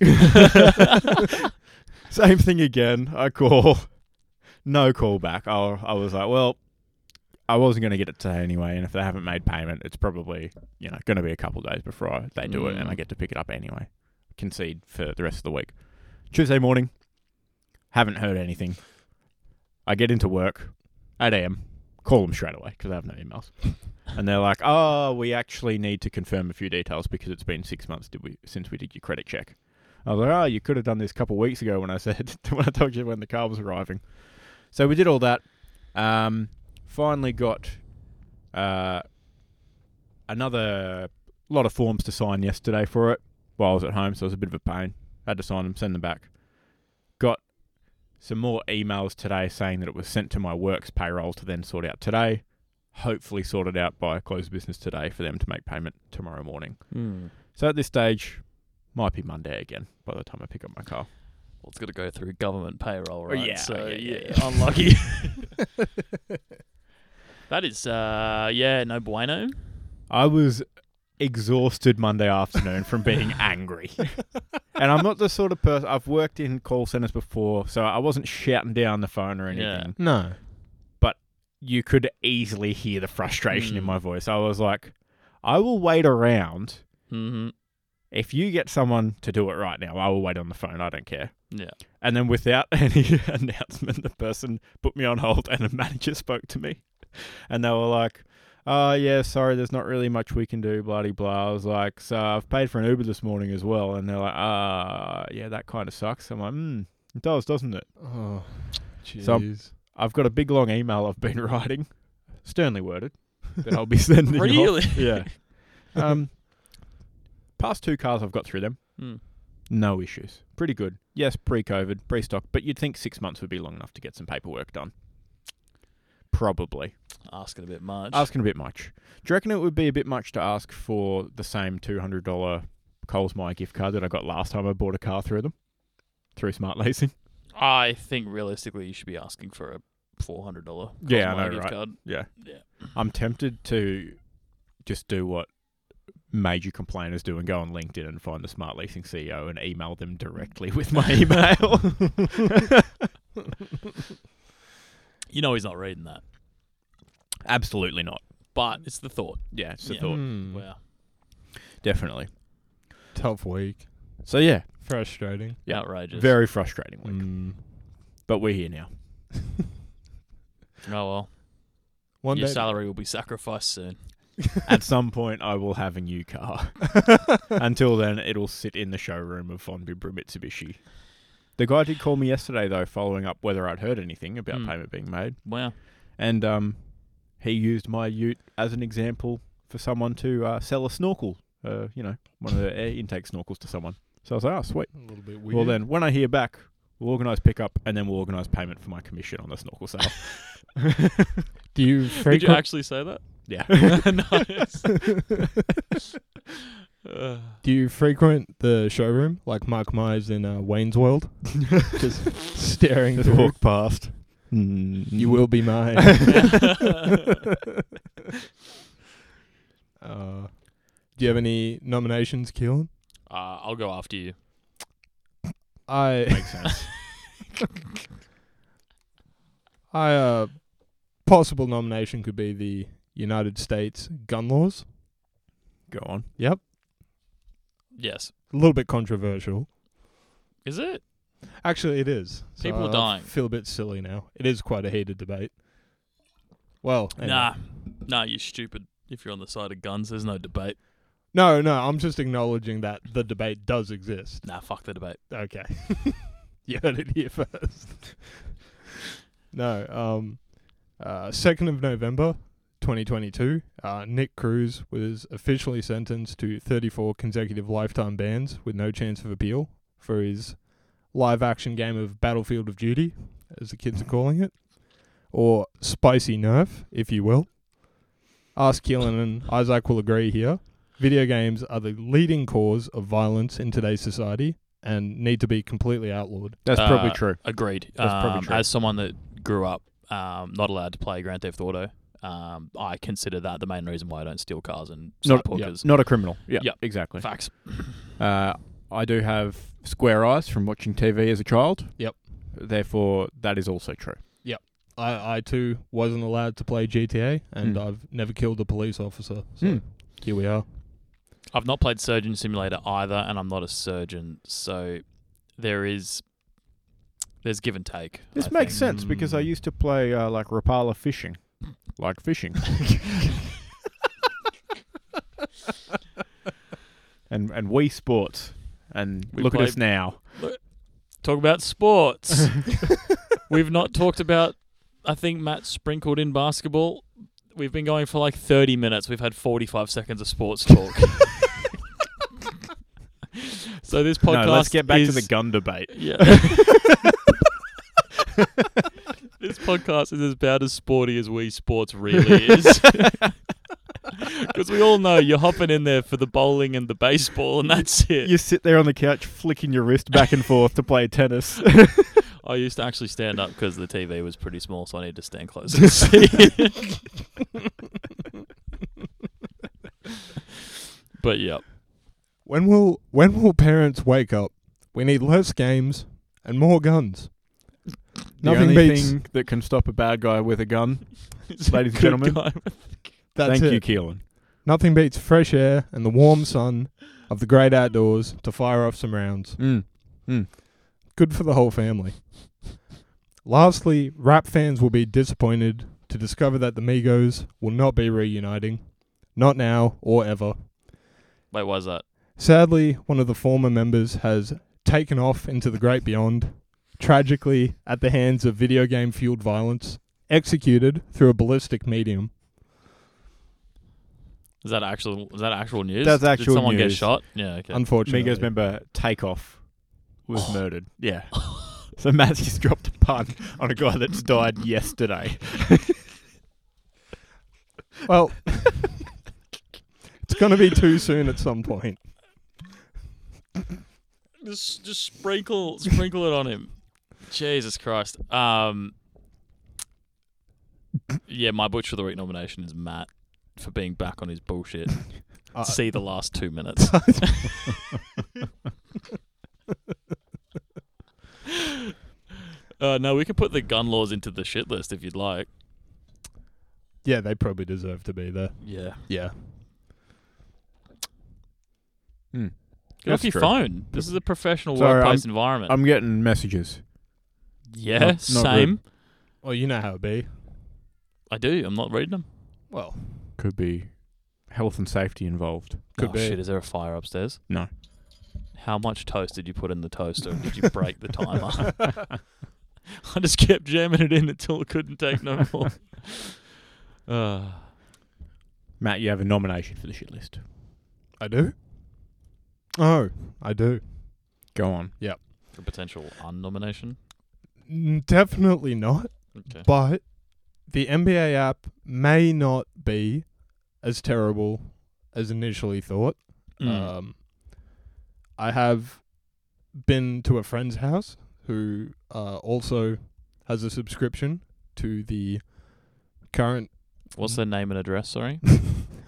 Same thing again. I call. No call back. I, I was like, well, I wasn't going to get it today anyway. And if they haven't made payment, it's probably, you know, going to be a couple of days before I, they do it and Mm. I get to pick it up anyway. Concede for the rest of the week. Tuesday morning, haven't heard anything. I get into work, 8 a.m., call them straight away because I have no emails. And they're like, oh, we actually need to confirm a few details because it's been six months did we, since we did your credit check. I was like, oh, you could have done this a couple of weeks ago when I said, when I told you when the car was arriving. So we did all that. Um, finally got uh, another lot of forms to sign yesterday for it while I was at home, so it was a bit of a pain. Had to sign them, send them back. Got some more emails today saying that it was sent to my work's payroll to then sort out today. Hopefully, sorted out by close of business today for them to make payment tomorrow morning. Hmm. So at this stage, might be Monday again by the time I pick up my car. Well, it's got to go through government payroll, right? yeah, so, yeah, yeah, yeah. unlucky. that is, uh, yeah, no bueno. I was exhausted Monday afternoon from being angry. and I'm not the sort of person I've worked in call centers before, so I wasn't shouting down the phone or anything. Yeah. no. You could easily hear the frustration in Mm. my voice. I was like, I will wait around. Mm-hmm. If you get someone to do it right now, I will wait on the phone. I don't care. Yeah. And then without any announcement, the person put me on hold and a manager spoke to me. And they were like, Oh, yeah, sorry, there's not really much we can do, bloody blah. I was like, So I've paid for an Uber this morning as well. And they're like, Ah, yeah, that kind of sucks. I'm like, Hmm, it does, doesn't it? Oh, So- jeez. I've got a big long email I've been writing, sternly worded, that I'll be sending. off. Really? Yeah. Um, past two cars I've got through them. Hmm. No issues. Pretty good. Yes, pre COVID, pre stock, but you'd think six months would be long enough to get some paperwork done. Probably. Asking a bit much. Asking a bit much. Do you reckon it would be a bit much to ask for the same $200 Coles My gift card that I got last time I bought a car through them? Through Smart Leasing? I think realistically, you should be asking for a four hundred dollar. Yeah, I know, right. Card. Yeah. Yeah. I'm tempted to just do what major complainers do and go on LinkedIn and find the smart leasing CEO and email them directly with my email. You know he's not reading that, Absolutely not. but it's the thought. Yeah, it's Yeah. a thought. Hmm. Wow. Definitely. Tough week. So yeah, Frustrating. Yeah. Outrageous. Very frustrating week. Mm. But we're here now. Oh well. One Your day. salary will be sacrificed soon. At some point, I will have a new car. Until then, it'll sit in the showroom of Von Bibra Mitsubishi. The guy did call me yesterday, though, following up whether I'd heard anything about Hmm. payment being made. Wow. And um, he used my ute as an example for someone to uh, sell a snorkel, uh, you know, one of the air intake snorkels to someone. So I was like, oh, sweet. A little bit weird. Well, then, when I hear back, we'll organise pickup and then we'll organise payment for my commission on the snorkel sale. do you Did you frequent? actually say that? yeah. nice. Uh, do you frequent the showroom like Mark Myers in uh, Wayne's World? Just staring Just through. walk past. You will be mine. uh, do you have any nominations, Keelan? I'll go after you. I Makes sense. I uh, possible nomination could be the United States gun laws. Go on. Yes. A little bit controversial. Is it? Actually, it is. So People are I dying. Feel a bit silly now. It is quite a heated debate. Well, anyway. Nah. Nah, you stupid. If you're on the side of guns, there's no debate. No, no. I'm just acknowledging that the debate does exist. Nah, fuck the debate. Okay. you heard it here first. no. Um. Uh. Second of November, 2022. Uh. Nick Cruz was officially sentenced to 34 consecutive lifetime bans with no chance of appeal for his live-action game of Battlefield of Duty, as the kids are calling it, or Spicy Nerf, if you will. Ask Keelan and Isaac will agree here. Video games are the leading cause of violence in today's society and need to be completely outlawed. That's Uh, probably true. Agreed. That's probably Um, true. As someone that grew up um, not allowed to play Grand Theft Auto, um, I consider that the main reason why I don't steal cars and snipe Not, yeah, hookers. not a criminal. Yeah, Yeah. exactly. Facts. Uh, I do have square eyes from watching TV as a child. Yep. Therefore, that is also true. I, I too wasn't allowed to play GTA and Hmm. I've never killed a police officer. So Hmm. here we are. I've not played Surgeon Simulator either, and I'm not a surgeon, so there is there's give and take. This I makes think. sense because I used to play uh, like Rapala fishing. Like fishing. and and Wii Sports. And We look at play- us now. talk about sports. We've not talked about. I think Matt sprinkled in basketball. We've been going for like 30 minutes. We've had 45 seconds of sports talk. so this podcast no, let's get back to is- the gun debate. Yeah. this podcast is about as sporty as Wii Sports really is. Because we all know you're hopping in there for the bowling and the baseball, and that's it. You sit there on the couch flicking your wrist back and forth to play tennis. I used to actually stand up because the TV was pretty small, so I need to stand closer to see it. but yeah, When will when will parents wake up? We need less games and more guns. Nothing the only beats thing that can stop a bad guy with a gun. It's a Ladies and good gentlemen. guy. that's it. Thank you, Keelan. Nothing beats fresh air and the warm sun of the great outdoors to fire off some rounds. Mm. Good for the whole family. Lastly, rap fans will be disappointed to discover that the Migos will not be reuniting. Not now or ever. Wait, why is that? Sadly, one of the former members has taken off into the great beyond, tragically at the hands of video game fueled violence, executed through a ballistic medium. Is that actual? Is that actual news? That's Did actual someone get news. shot? Yeah. Okay. Unfortunately, Migos member Takeoff was Oh. murdered. Yeah. so Matthew's dropped a pun on a guy that's died yesterday. well, it's going to be too soon at some point. just just sprinkle sprinkle it on him. Jesus Christ. Um. Yeah, my butcher of the week nomination is Matt for being back on his bullshit. Uh, See the last two minutes. uh, no, we can put the gun laws into the shit list if you'd like. Yeah, they probably deserve to be there. Yeah. Yeah. Get Hmm. That's off your true. phone. This is a professional Sorry, workplace environment. I'm getting messages. yeah, not- not same. Well, you know how it be. I do. I'm not reading them. Well, Could be health and safety involved. Could oh be. shit! Is there a fire upstairs? No. How much toast did you put in the toaster? and did you break the timer? I just kept jamming it in until it couldn't take no more. Uh, Matt, you have a nomination for the shit list. I do. Oh, I do. Go on. for potential unnomination. Mm, Definitely not. Okay. But the NBA app may not be as terrible as initially thought. Mm. Um, I have been to a friend's house who uh, also has a subscription to the current What's their name and address? Sorry,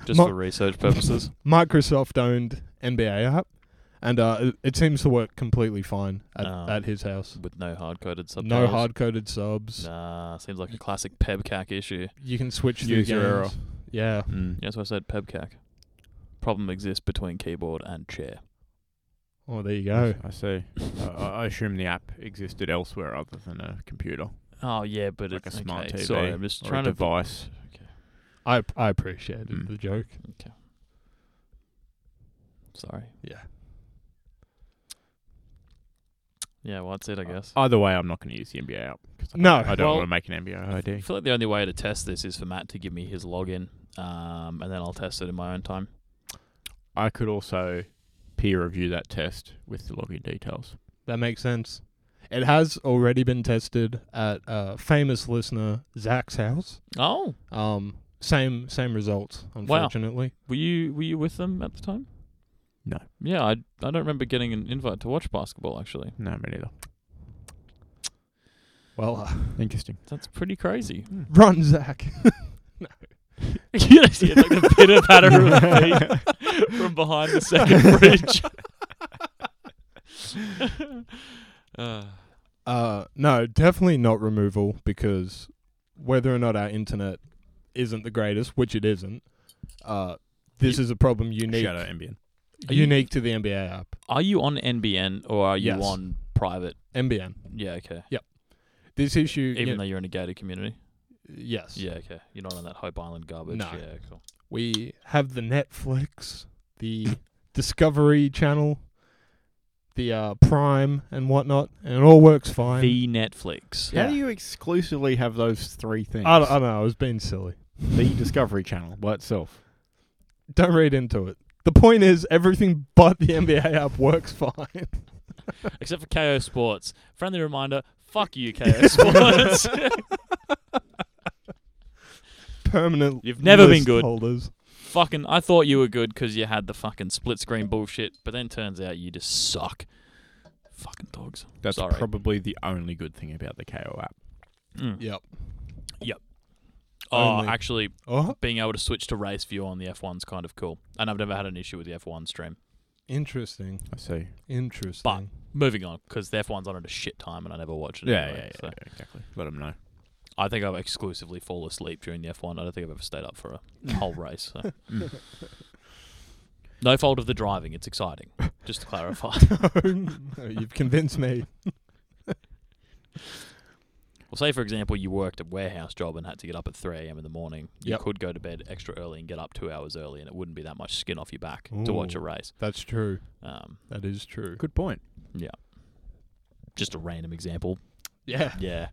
just Mo- for research purposes. Microsoft owned NBA app, and uh, it, it seems to work completely fine at, Ah. Oh. at his house. With no hard coded subtitles. No hard coded subs. Nah, seems like a classic PebCac issue. You can switch through User games. error. Yeah. Mm. Yeah, that's why I said PebCac. Problem exists between keyboard and chair. Oh, there you go. I see. I, Uh, I assume the app existed elsewhere other than a computer, Oh yeah, but like a it's smart okay, TV Sorry, I'm just or trying a to. device. I I appreciated Mm. the joke. Sorry. Yeah. Yeah, well that's it, I guess. Either way, I'm not going to use the NBA app. 'cause I No, don't- I don't well- want to make an NBA I ID. feel like the only way to test this is for Matt to give me his login, um, and then I'll test it in my own time. I could also peer review that test with the login details. That makes sense. It has already been tested at uh, famous listener Zach's house. Oh, Um, same same results, unfortunately. were you were you with them at the time? No. Yeah, I I don't remember getting an invite to watch basketball actually. No, me neither. Well, uh, Interesting. That's pretty crazy. run Zach. you know, see, it's like the pitter patter of feet from behind the second bridge. uh, Uh, no, definitely not removal because whether or not our internet isn't the greatest, which it isn't, uh, this You- is a problem unique Shout out NBN. Are you- unique to the NBA app. are you on NBN or are you Yes. on private? NBN. Yeah, okay. This issue, Even you- though you're in a gated community. yes, Yeah, okay. You're not on that Hope Island garbage. No. Yeah, cool. we have the Netflix, the Discovery Channel, the uh, Prime, and whatnot, and it all works fine. The Netflix. Yeah. How do you exclusively have those three things? I, don't, I don't know. I was being silly. the Discovery Channel by itself. Don't read into it. The point is, everything but the NBA app works fine. Except for KO Sports. Friendly reminder, fuck you, KO Sports. Permanent. You've never been list good. Holders. fucking, I thought you were good because you had the fucking split screen bullshit, but then turns out you just suck. Fucking dogs. That's Sorry. probably the only good thing about the KO app. Mm. Yep. Oh, Only. actually, Oh, being able to switch to race view on the F1's kind of cool. And I've never had an issue with the F1 stream. interesting. I see. Interesting. Moving on, because the F1's on at a shit time and I never watch it. Yeah, anyway, yeah, so. yeah, exactly. Let them know. I think I've exclusively fallen asleep during the F1. I don't think I've ever stayed up for a whole race. So. Mm. No fault of the driving. It's exciting. Just to clarify. No, you've convinced me. well, say, for example, you worked a warehouse job and had to get up at 3 a.m. in the morning. You Yep. could go to bed extra early and get up two hours early, and it wouldn't be that much skin off your back to watch a Ooh. race. That's true. Um, That is true. Good point. just a random example. Yeah. Yeah.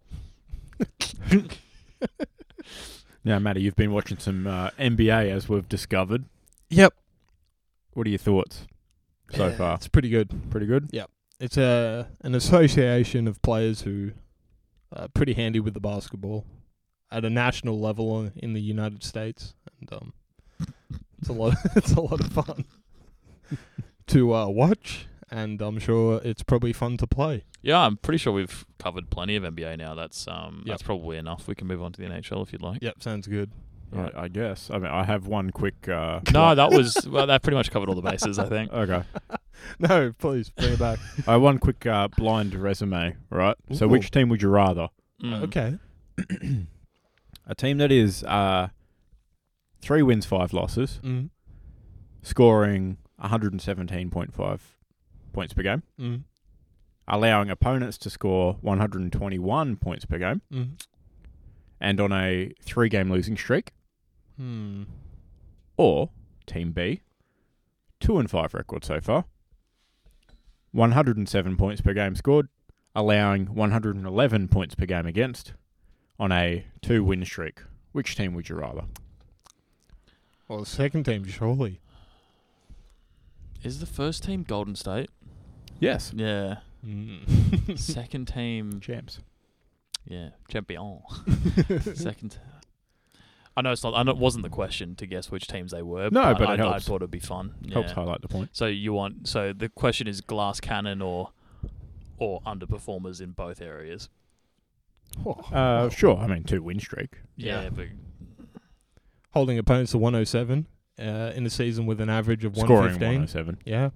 Now, Matty, you've been watching some uh, NBA as we've discovered. Yep. What are your thoughts so far? It's pretty good. Pretty good. It's a an association of players who are pretty handy with the basketball at a national level in- in the United States, and um, it's a lot. It's a lot of fun to uh, watch, and I'm sure it's probably fun to play. Yeah, I'm pretty sure we've covered plenty of NBA now. That's um, Yep. that's probably enough. We can move on to the NHL if you'd like. Yep, sounds good. Yeah. I, I guess. I mean, I have one quick. Uh, No, that was well. That pretty much covered all the bases, I think. okay. No, please bring it back. I have one quick uh, blind resume. Right. So, Ooh. which team would you rather? Mm. okay. A team that is uh, three wins, five losses, Mm. scoring 117.5 points per game, Mm. allowing opponents to score 121 points per game, Mm. and on a three game losing streak, Hmm. or Team B, 2 and 5 record so far, 107 points per game scored, allowing 111 points per game against on a two win streak. Which team would you rather? Well, the second team surely. Is the first team Golden State? Yes. Yeah. Mm. Second team, Champs. yeah, champion. Second. T- I know it's not. I know it wasn't the question to guess which teams they were. No, but I, it I helps. thought it'd be fun. Yeah. Helps highlight the point. So you want? So the question is glass cannon or or underperformers in both areas. Uh, sure. I mean, two win streak. Yeah, Oh, Yeah. but Holding opponents to 107 uh, in a season with an average of Scoring 115. 107. Yeah.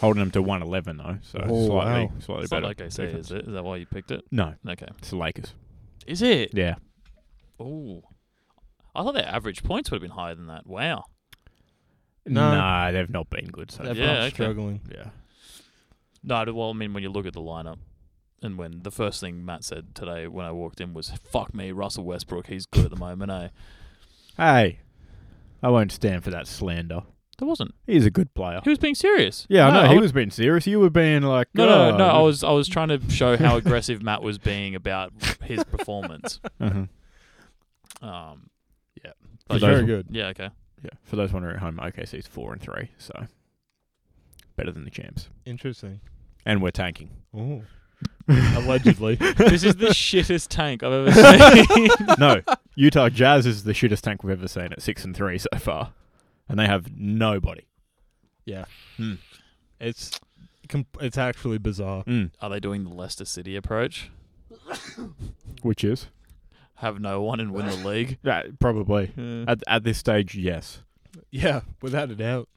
Holding them to 111, though. So Oh, slightly, wow. slightly it's not better. like I say, difference. is it? Is that why you picked it? No, Okay. it's the Lakers. Is it? Yeah. Oh, I thought their average points would have been higher than that. Wow. No. Nah, they've not been good so They're Yeah, both okay. struggling. Yeah. No, I- well, I mean, when you look at the lineup, and when the first thing Matt said today when I walked in was "fuck me, Russell Westbrook, he's good at the moment." Eh? Hey, I won't stand for that slander. There wasn't. He's a good player. He was being serious. Yeah, I No, know. I He would- was being serious. You were being like, No, no, no, "Oh, no. I this-" was, I was trying to show how aggressive Matt was being about his performance. Mhm. Um, yeah, For But- He's those- very good. yeah, okay. Yeah, for those wondering at home, OKC's four and three, so better than the champs, Interesting. and we're tanking. Oh. Allegedly. This is the shittest tank I've ever seen. no, Utah Jazz is the shittest tank we've ever seen at six and three so far, and they have nobody. it's com- it's actually bizarre. Mm. Are they doing the Leicester City approach? Which is Have no one and win the league. yeah, probably Yeah. at at this stage, yes. Yeah, without a doubt.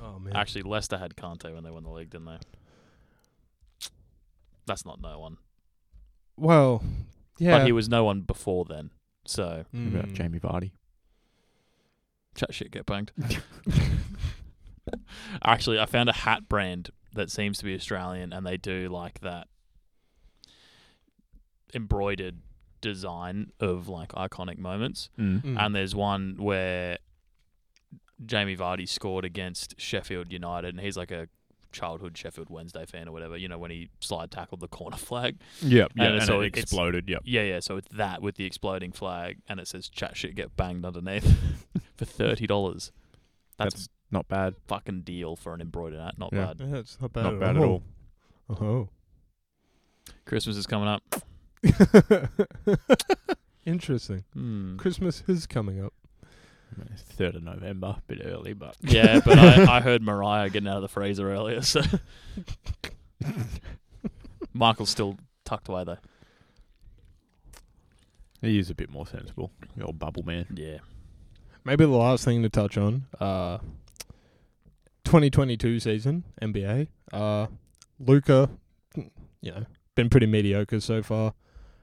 Oh man. Actually, Leicester had Kante when they won the league, didn't they? That's not no one. well, yeah. But he was no one before then. So What About Mm. Jamie Vardy, chat shit get banged. Actually, I found a hat brand that seems to be Australian, and they do like that embroidered design of like iconic moments. Mm. And there's one where Jamie Vardy scored against Sheffield United, and he's like a childhood Sheffield Wednesday fan or whatever. You know when he slide tackled the corner flag. yeah, yeah, And and, so it it's- exploded. Yep. Yeah, yeah. So it's that with the exploding flag, and it says "chat shit get banged" underneath for thirty dollars. That's, That's not bad. a fucking deal for an embroidered hat. Not Yeah. bad. Yeah, it's not bad, not at, bad all. at all. Oh. Christmas is coming up. Uh-huh. Interesting. Hmm. Christmas is coming up. I mean, it's third of November, a bit early, but Yeah, but I, I heard Mariah getting out of the freezer earlier, so Michael's still tucked away though. he is a bit more sensible. The old bubble man. Yeah. Maybe the last thing to touch on. Uh, 2022 season NBA. Uh, Luca, you know, been pretty mediocre so far.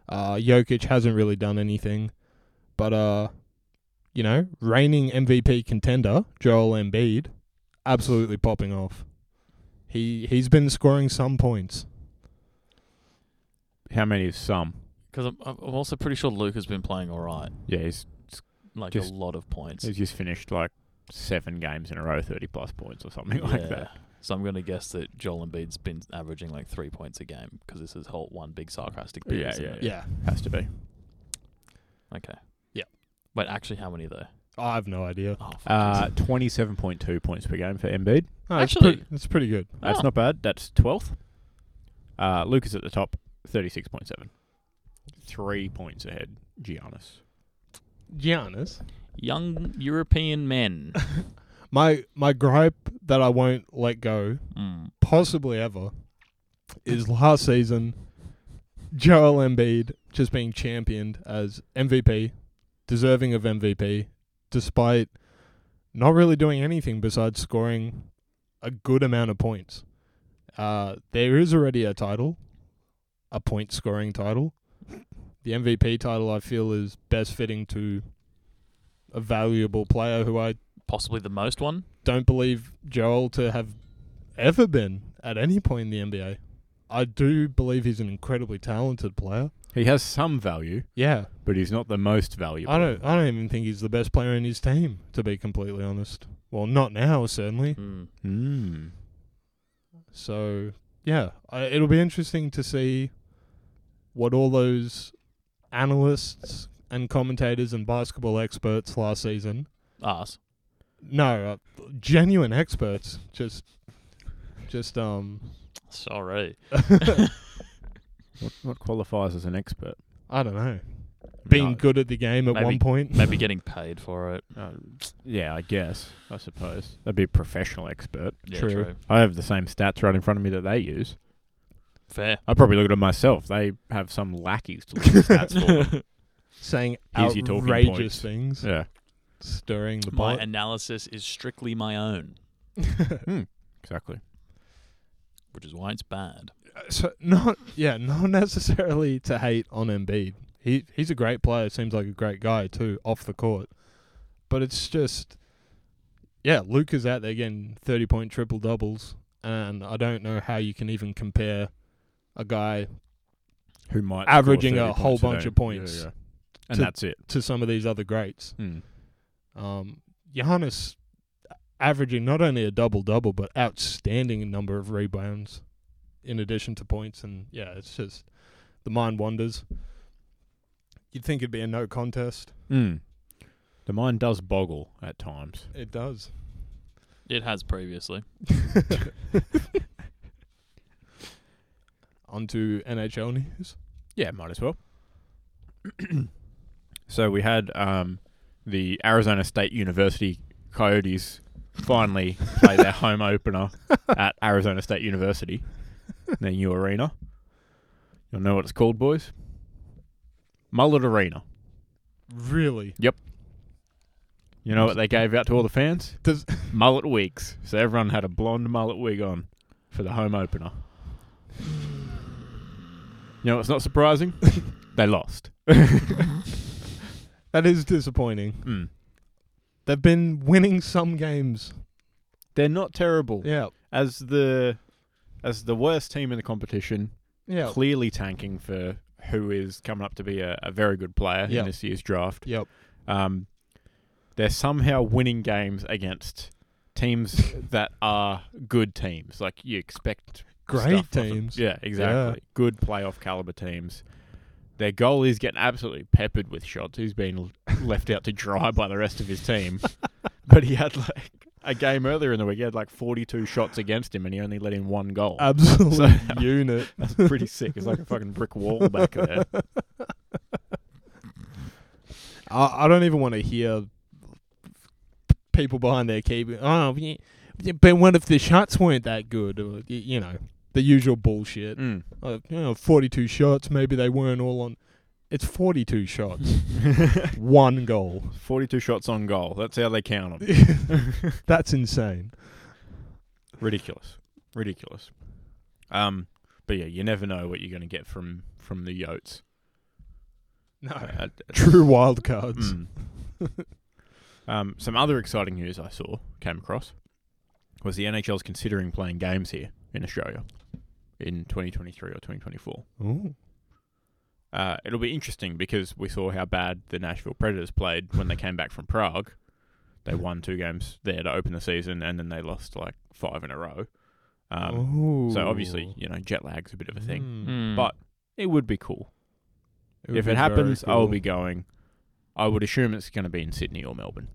Uh, Jokic hasn't really done anything, but uh, you know, reigning MVP contender Joel Embiid, absolutely popping off. He he's been scoring some points. How many is some? Because I'm, I'm also pretty sure Luke has been playing all right, Yeah, he's like Just- a lot of points. he's just finished like seven games in a row, thirty plus points or something like Yeah. that. So I'm going to guess that Joel Embiid's been averaging like three points a game because this is whole one big sarcastic bit. Yeah, isn't yeah, it? Yeah, Has to be. Okay. Yeah. Wait, actually, how many though? I have no idea. Oh, fuck Uh, twenty-seven point two points per game for Embiid. No, it's Actually- pre- it's pretty good. That's Oh. not bad. That's twelfth. Uh, Lucas at the top, thirty-six point seven. Three points ahead, Giannis. Giannis. young European men. My my gripe that I won't let go Mm. possibly ever is last season Joel Embiid just being championed as MVP, deserving of MVP, despite not really doing anything besides scoring a good amount of points. Uh, there is already a title, a point scoring title. The MVP title I feel is best fitting to a valuable player who I Possibly the most one. don't believe Joel to have ever been at any point in the NBA. I do believe he's an incredibly talented player. He has some value, Yeah, but he's not the most valuable. I don't. I don't even think he's the best player in his team, to be completely honest. Well, not now, certainly. Mm. Mm. So yeah, I, it'll be interesting to see what all those analysts and commentators and basketball experts last season. Us. No, uh, genuine experts. Just, just um, Sorry. What, what qualifies as an expert? I don't know. Being No. good at the game at Maybe- one point. Maybe getting paid for it. Uh, yeah, I guess. I suppose that'd be a professional expert. Yeah, True. I have the same stats right in front of me that they use. Fair. I probably look at them myself. They have some lackeys to look at the stats for. them. saying Easy talking outrageous points. things, Yeah. stirring the My pot. analysis is strictly my own, Exactly. which is why it's bad. so not yeah, not necessarily to hate on Embiid. He he's a great player. Seems like a great guy too off the court, but it's just yeah, Luca's out there getting thirty point triple doubles, and I don't know how you can even compare a guy Who might score Averaging 30 a whole points bunch day. of points Hmm. Yeah, yeah. And to- that's it. to some of these other greats. Mm. Um, Giannis averaging not only a double double but outstanding number of rebounds in addition to points and yeah, it's just the mind wanders. You'd think it'd be a no contest. Mm. The mind does boggle at times. It does. It has previously. Onto NHL news. Yeah, might as well. so we had um, the Arizona State University Coyotes finally play their home opener at Arizona State University, their new arena. You'll know what it's called, boys. Mullet Arena. Really? You know what they gave out to all the fans? Does Mullet wigs. So everyone had a blonde mullet wig on for the home opener. You know what's not surprising? they lost. that is disappointing. Mm. They've been winning some games. They're not terrible. Yeah. as the as the worst team in the competition, Yeah. clearly tanking for who is coming up to be a, a very good player Yeah. in this year's draft. Yep. Um, they're somehow winning games against teams that are good teams. Like you expect Great stuff of them. teams. Yeah, exactly. Good playoff caliber teams. Their goal is getting absolutely peppered with shots. He's been l- left out to dry by the rest of his team. but he had like a game earlier in the week. He had like 42 shots against him, and he only let in one goal. Absolute So- unit. That's pretty sick. It's like a fucking brick wall back there. I, I don't even want to hear people behind their keyboard. Oh, yeah, but what if the shots weren't that good? Or, y- you know, the usual bullshit. Mm. Uh, you know, 42 shots. Maybe they weren't all on. It's 42 shots, one goal. 42 shots on goal. That's how they count them. That's insane. Ridiculous. Ridiculous. Um, but yeah, you never know what you're going to get from from the Yotes. No. Uh, True wild cards. Mm. um, some other exciting news I saw came across was the NHL's considering playing games here in Australia in 2023 or 2024. Ooh. Uh, it'll be interesting because we saw how bad the Nashville Predators played when they came back from Prague. They won two games there to open the season, and then they lost like five in a row. Um, Oh. so obviously, you know, jet lag's a bit of a thing. Hmm. Hmm. But it would be cool would if be it happens. very I'll cool. be going. I would assume it's going to be in Sydney or Melbourne.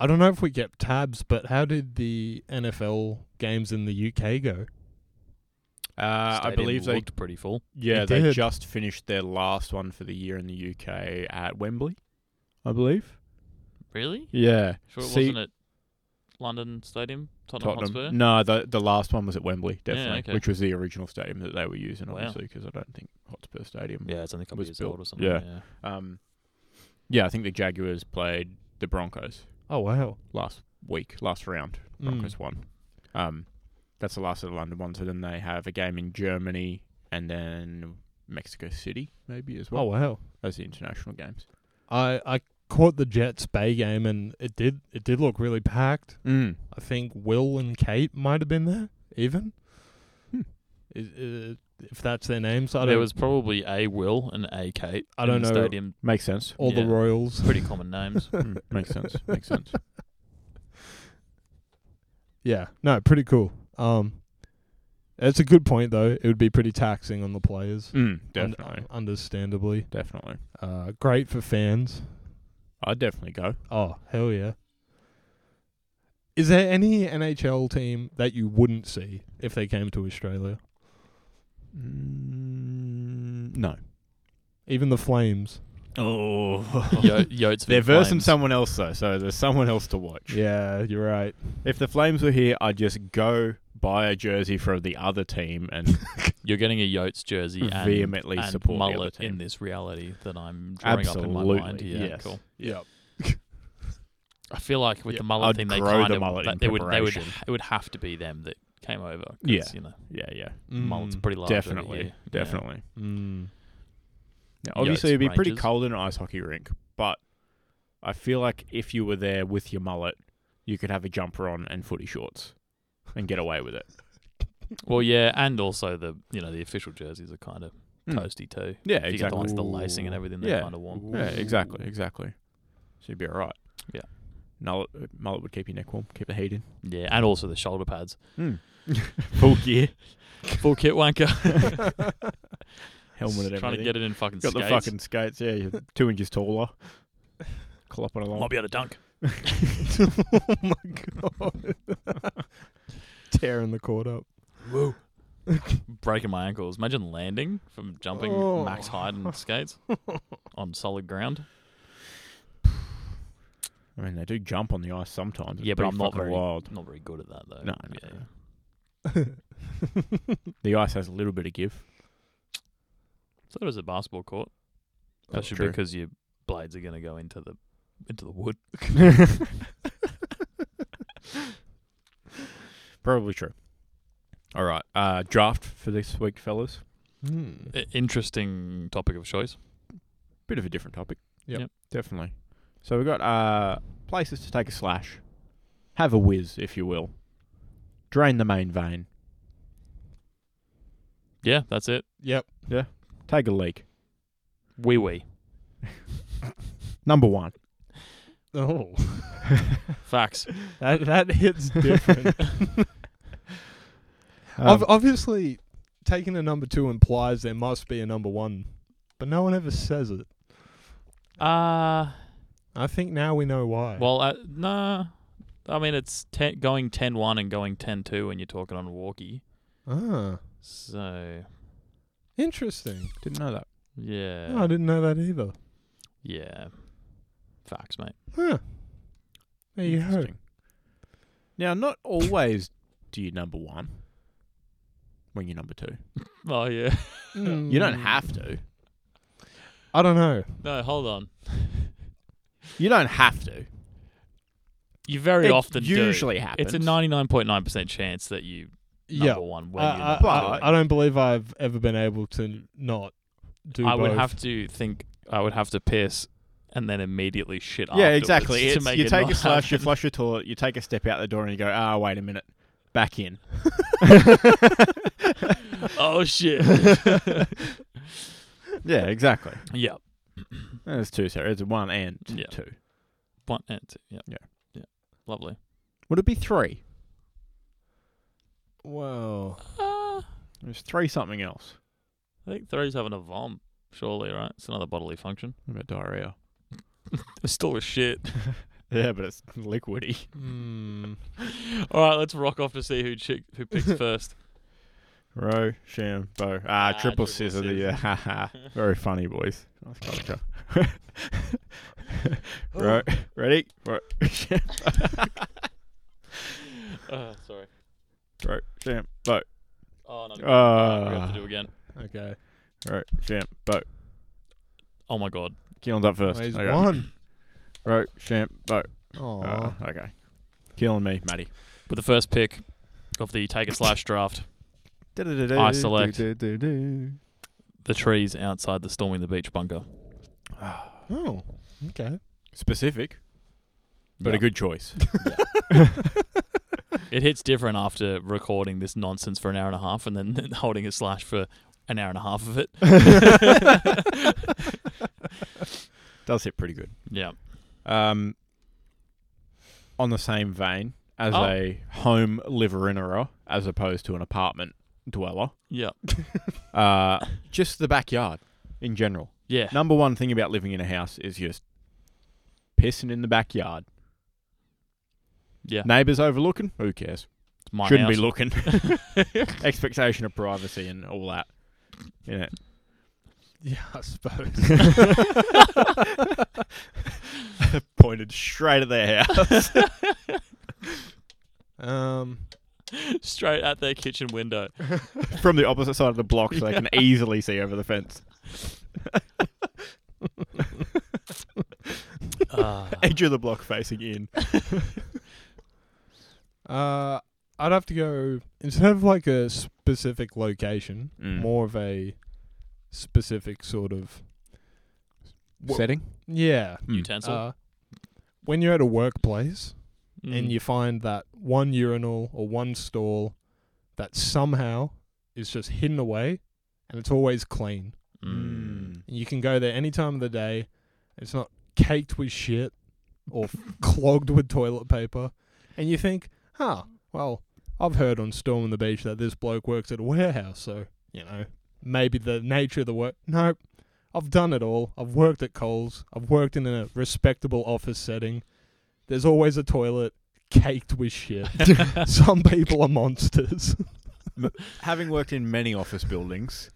I don't know if we get tabs, but how did the NFL games in the UK go? Uh, I Stadium believe they looked pretty full. yeah It they did. just finished their last one for the year in the UK at Wembley, I believe. Really? Yeah, Sure, it See- wasn't at London Stadium, Tottenham, Hotspur. No, the the last one was at Wembley, Yeah, definitely, okay. which was the original stadium that they were using, Wow. obviously, because I don't think Hotspur Stadium. Yeah, it's only a couple Was years built- old or something. yeah. Yeah. Um, yeah, I think the Jaguars played the Broncos Oh, wow. Hmm. last week, last round. Broncos won. Um, that's the last of the London one. So then they have a game in Germany and then Mexico City, maybe as Oh, well. wow. Those are the international games. I I caught the Jets Bay game, and it did it did look really packed. Mm. I think Will and Kate might have been there, even. Hmm. I- I- if that's their names, I don't. There was probably a Will and a Kate. I don't in the know. Stadium, Makes sense. all yeah. the Royals. pretty common names. Mm, Makes sense. Makes sense. Yeah, no, pretty cool. Um, it's a good point though. It would be pretty taxing on the players, Mm, un- definitely. understandably. Definitely. Uh, great for fans. I'd definitely go. Oh hell yeah! Is there any NHL team that you wouldn't see if they came to Australia? Mm, no. Even the Flames. Oh. Yo- Yotes They're v. versing Flames. someone else though, so there's someone else to watch. Yeah, you're right. If the Flames were here, I'd just go buy a jersey for the other team and You're getting a Yotes jersey and, Vehemently and support the other mullet team. in this reality that I'm drawing absolutely up in my mind. Yeah, yes. cool. Yep. I feel like with Yeah, the mullet I'd thing, they grow kind the of mullet that in they would they would preparation. it would have to be them that came over. 'cause, Yeah. you know, Yeah, yeah. mullet's pretty large. over definitely. here. Yeah. Definitely. Mm. Now, Yeah, obviously, it's it'd be pretty Rangers. cold in an ice hockey rink, but I feel like if you were there with your mullet, you could have a jumper on and footy shorts and get away with it. Well, yeah, and also the you know the official jerseys are kind of Mm. toasty too. Yeah, If you get the exactly. ones with the lacing and everything, they're Yeah. kind of warm. Yeah, exactly, exactly. So you'd be all right. Yeah. Mullet, uh, mullet would keep your neck warm, keep the heat in. Yeah, and also the shoulder pads. Hmm. Full gear, Full kit wanker. helmet, and Trying to everything. get it in fucking Got skates. the fucking skates. Yeah, you're two inches taller. Clopping along. Might be able to dunk. oh my god! Tearing the cord up. Woo. Breaking my ankles. Imagine landing from jumping Oh. max height and skates on solid ground. I mean, they do jump on the ice sometimes. It's Yeah, but pretty I'm not fucking very- wild. Not very good at that though. No, no, Yeah. no. The ice has a little bit of give. So it was a basketball court. That's Especially true. because your blades are going to go into the into the wood. Probably true. All right. Uh, draft for this week, fellas. Hmm. I- Interesting topic of choice. Bit of a different topic. Yep. Yep. Definitely. So we've got uh, places to take a slash, have a whiz, if you will, drain the main vein, Yeah, that's it. Yep. take a leak. Wee wee. Number one. Oh, Facts. that that hits different. Um, Ob- obviously, taking a number two implies there must be a number one, but no one ever says it. Uh I think now we know why. well, uh, nah. I mean, it's ten, going 10-1 and going 10-2 when you're talking on walkie. ah, So, interesting. didn't know that. yeah. No, I didn't know that either. Yeah. Facts, mate. Huh. There you go. Interesting. Now, not always do you number one when you're number two. Oh, yeah. You don't Mm. have to. I don't know. No, hold on. You don't have to. You very It often do. usually happens. It's a 99.9% chance that you number Yeah. one Uh, when you I, number I- two. I don't believe I've ever been able to not do I would both. have to think I would have to piss and then immediately shit yeah, afterwards exactly. to It's- make you it take not a slash, you happen. flush your toilet, you take a step out the door, and you go, ah, wait a minute, back in. oh shit. Yeah, exactly. yeah. There's two, Sarah. It's one and Yeah. two. One and two. Yeah. Yeah. Yeah. Lovely. Would it be three? Wow. Uh, There's three something else. I think three's having a vom, surely, right? It's another bodily function. What about diarrhea? It's still a shit. Yeah, but it's liquidy. Mm. All right, let's rock off to see who chick who picks first. Row, sham, bow. Ah, Ah, triple triple scissor. scissor. Yeah, ha, ha. Very funny, boys. Nice culture. Row, ready? Row, sham, Uh, sorry. row, sham, bow. Oh no. All right, we have Ah, to do again. Okay. row, sham, bow. Oh my god. Keelan's up first. Well, he's Okay. one. Uh, Row, sham, bow. Aw. Ah, okay. Killing me, Matty. With the first pick of the take a slash draft, I select. the trees outside the storming the beach bunker. oh. Okay. Specific, but a Yep. good choice. It hits different after recording this nonsense for an hour and a half and then holding a slash for an hour and a half of it. Does hit pretty good. Yeah. Um, on the same vein as Oh. a home liverinarer, as opposed to an apartment dweller, Yeah. uh, just the backyard in general. Yeah. Number one thing about living in a house is just pissing in the backyard. Yeah. Neighbors overlooking, who cares? It's my Shouldn't be house. looking. Expectation of privacy and all that. Yeah. Yeah, I suppose. Pointed straight at their house. Um, Straight at their kitchen window. From the opposite side of the block so they can easily see over the fence. Ah. Edge of the block facing in. uh, I'd have to go instead of like a specific location, Hmm. Mm. more of a specific sort of Wha- setting. Hmm. yeah. Utensil. Uh, when you're at a workplace Mm. and you find that one urinal or one stall that somehow is just hidden away and it's always clean. Mm. And you can go there any time of the day. It's not caked with shit or f- clogged with toilet paper. And you think, huh, well, I've heard on Storm on the Beach that this bloke works at a warehouse, so, you know, maybe the nature of the work. Nope. I've done it all. I've worked at Coles. I've worked in a respectable office setting. There's always a toilet caked with shit. Some people are monsters. Having worked in many office buildings,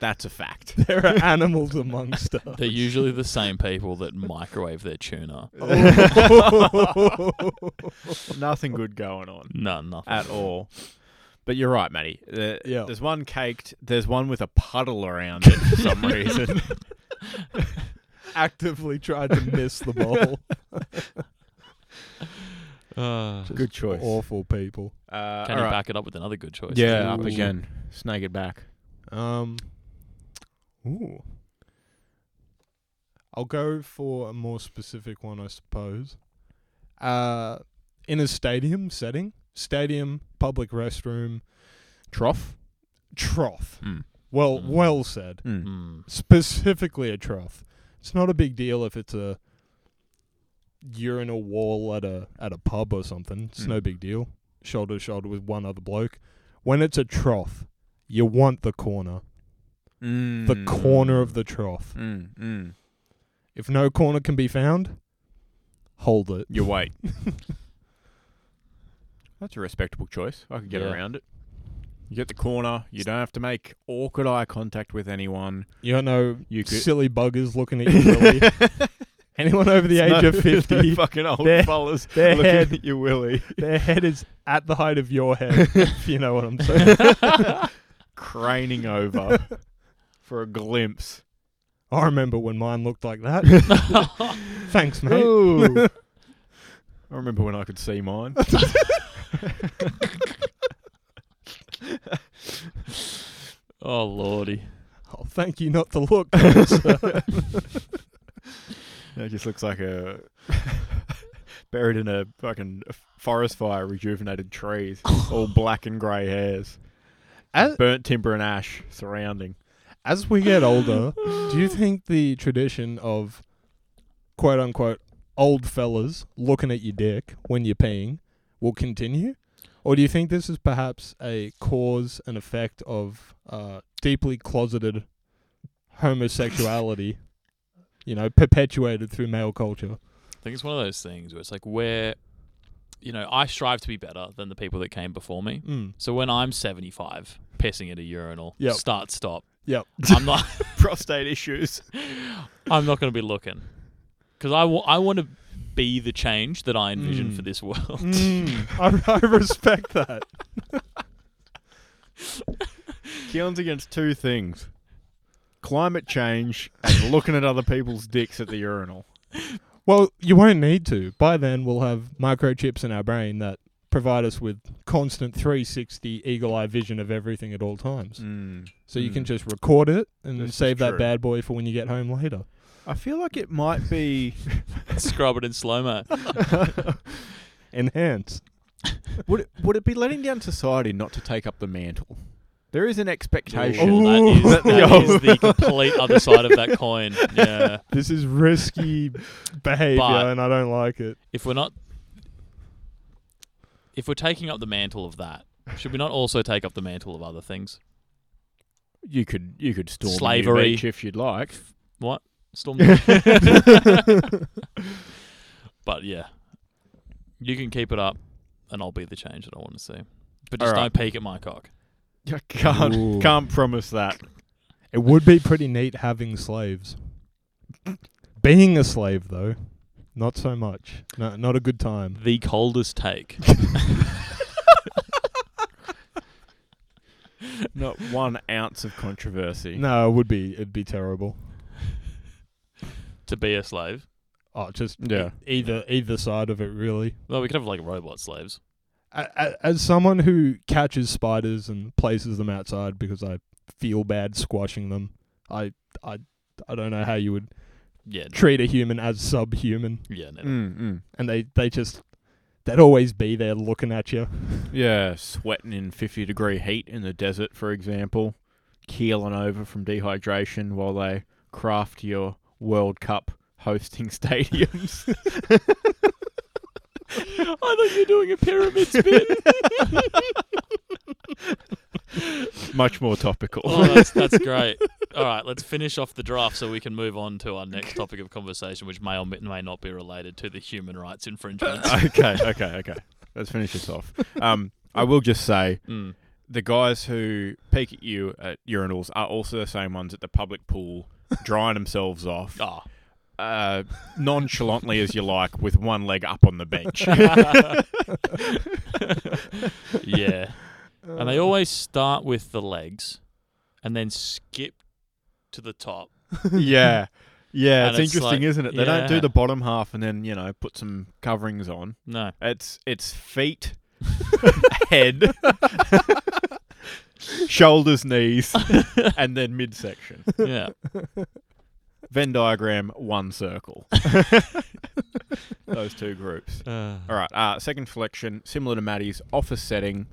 that's a fact. there are animals amongst us. They're usually the same people that microwave their tuna. Nothing good going on No, nothing. at all. But you're right, Matty. The- Yeah. There's one caked, there's one with a puddle around it for some reason. actively tried to miss the ball. Good choice. Awful people. Uh, Can all you right. back it up with another good choice? Yeah, Ooh. up again. Snag it back. Um. Ooh. I'll go for a more specific one, I suppose. Uh, in a stadium setting, stadium, public restroom, Trough. trough. Mm. Well, Mm. well said. Hmm. Mm. Specifically, a trough. It's not a big deal if it's a urinal wall at a at a pub or something. It's Mm. no big deal. Shoulder to shoulder with one other bloke. When it's a trough, you want the corner. the Hmm. corner of the trough. Mm, mm. If no corner can be found, hold it. You wait. That's a respectable choice. I could get Yeah. around it. You get the corner. You don't have to make awkward eye contact with anyone. You don't know You could. silly buggers looking at you. Willy. Anyone over the age No- of fifty, no fucking old Their- fellas their looking head- at you, Willie. their head is at the height of your head. if you know what I'm saying. Craning over for a glimpse. I remember when mine looked like that. Thanks, mate. Ooh. I remember when I could see mine. Oh lordy. Oh, thank you not to look. guys. It just looks like a buried in a fucking forest fire, rejuvenated trees, all black and grey hairs, as, burnt timber and ash surrounding. as we get older, do you think the tradition of quote unquote old fellas looking at your dick when you're peeing will continue? Or do you think this is perhaps a cause and effect of uh, deeply closeted homosexuality, you know, perpetuated through male culture? I think it's one of those things where it's like where you know, I strive to be better than the people that came before me. Mm. So when I'm 75, pissing at a urinal, Yep. start stop. Yep. I'm not Prostate issues. I'm not going to be looking. Cuz I want to be the change that I envision Mm. for this world. Hmm. I, I respect that. Keelan's against two things climate change and looking at other people's dicks at the urinal. Well, you won't need to. By then, we'll have microchips in our brain that provide us with constant 360 eagle eye vision of everything at all times. So you Mm. can just record it and This is save that true. bad boy for when you get home later. I feel like it might be. Scrub it in slow mo. Enhance. Would it, would it be letting down society not to take up the mantle? There is an expectation. Ooh. That, is, That- that Yo. is the complete other side of that coin. Yeah. This is risky behavior, But- and I don't like it. If we're not, if we're taking up the mantle of that, should we not also take up the mantle of other things? You could you could storm the Slavery. beach if you'd like. What? Storm. the- but yeah, you can keep it up, and I'll be the change that I want to see. But just All right. don't peek at my cock. I can't Ooh. can't promise that. It would be pretty neat having slaves. Being a slave, though, not so much. No, not a good time. The coldest take. Not one ounce of controversy. No, it would be. It'd be terrible. to be a slave. Oh, just Yeah. e- either either side of it, really. Well, we could have like robot slaves. A- a- As someone who catches spiders and places them outside because I feel bad squashing them, I I I don't know how you would Yeah. n- treat a human as subhuman, Yeah. No. Mm, and they they just they'd always be there looking at you. mm. Yeah, sweating in 50 degree heat in the desert, for example, keeling over from dehydration while they craft your World Cup hosting stadiums. I thought you were doing a pyramid spin. Much more topical. oh, that's, that's great. All right, let's finish off the draft so we can move on to our next topic of conversation, which may or may not be related to the human rights infringements. okay, okay, okay. Let's finish this off. Um, I will just say Mm. the guys who peek at you at urinals are also the same ones at the public pool drying themselves off Ah. uh, nonchalantly as you like with one leg up on the bench. yeah. And they always start with the legs and then skip to the top. yeah. Yeah, And it's, it's interesting, like- isn't it? They don't yeah. do the bottom half and then, you know, put some coverings on. No. It's it's feet, head, shoulders, knees, and then midsection. Yeah. Venn diagram, one circle. Those two groups. All right. Uh, second selection, similar to Maddie's, office setting,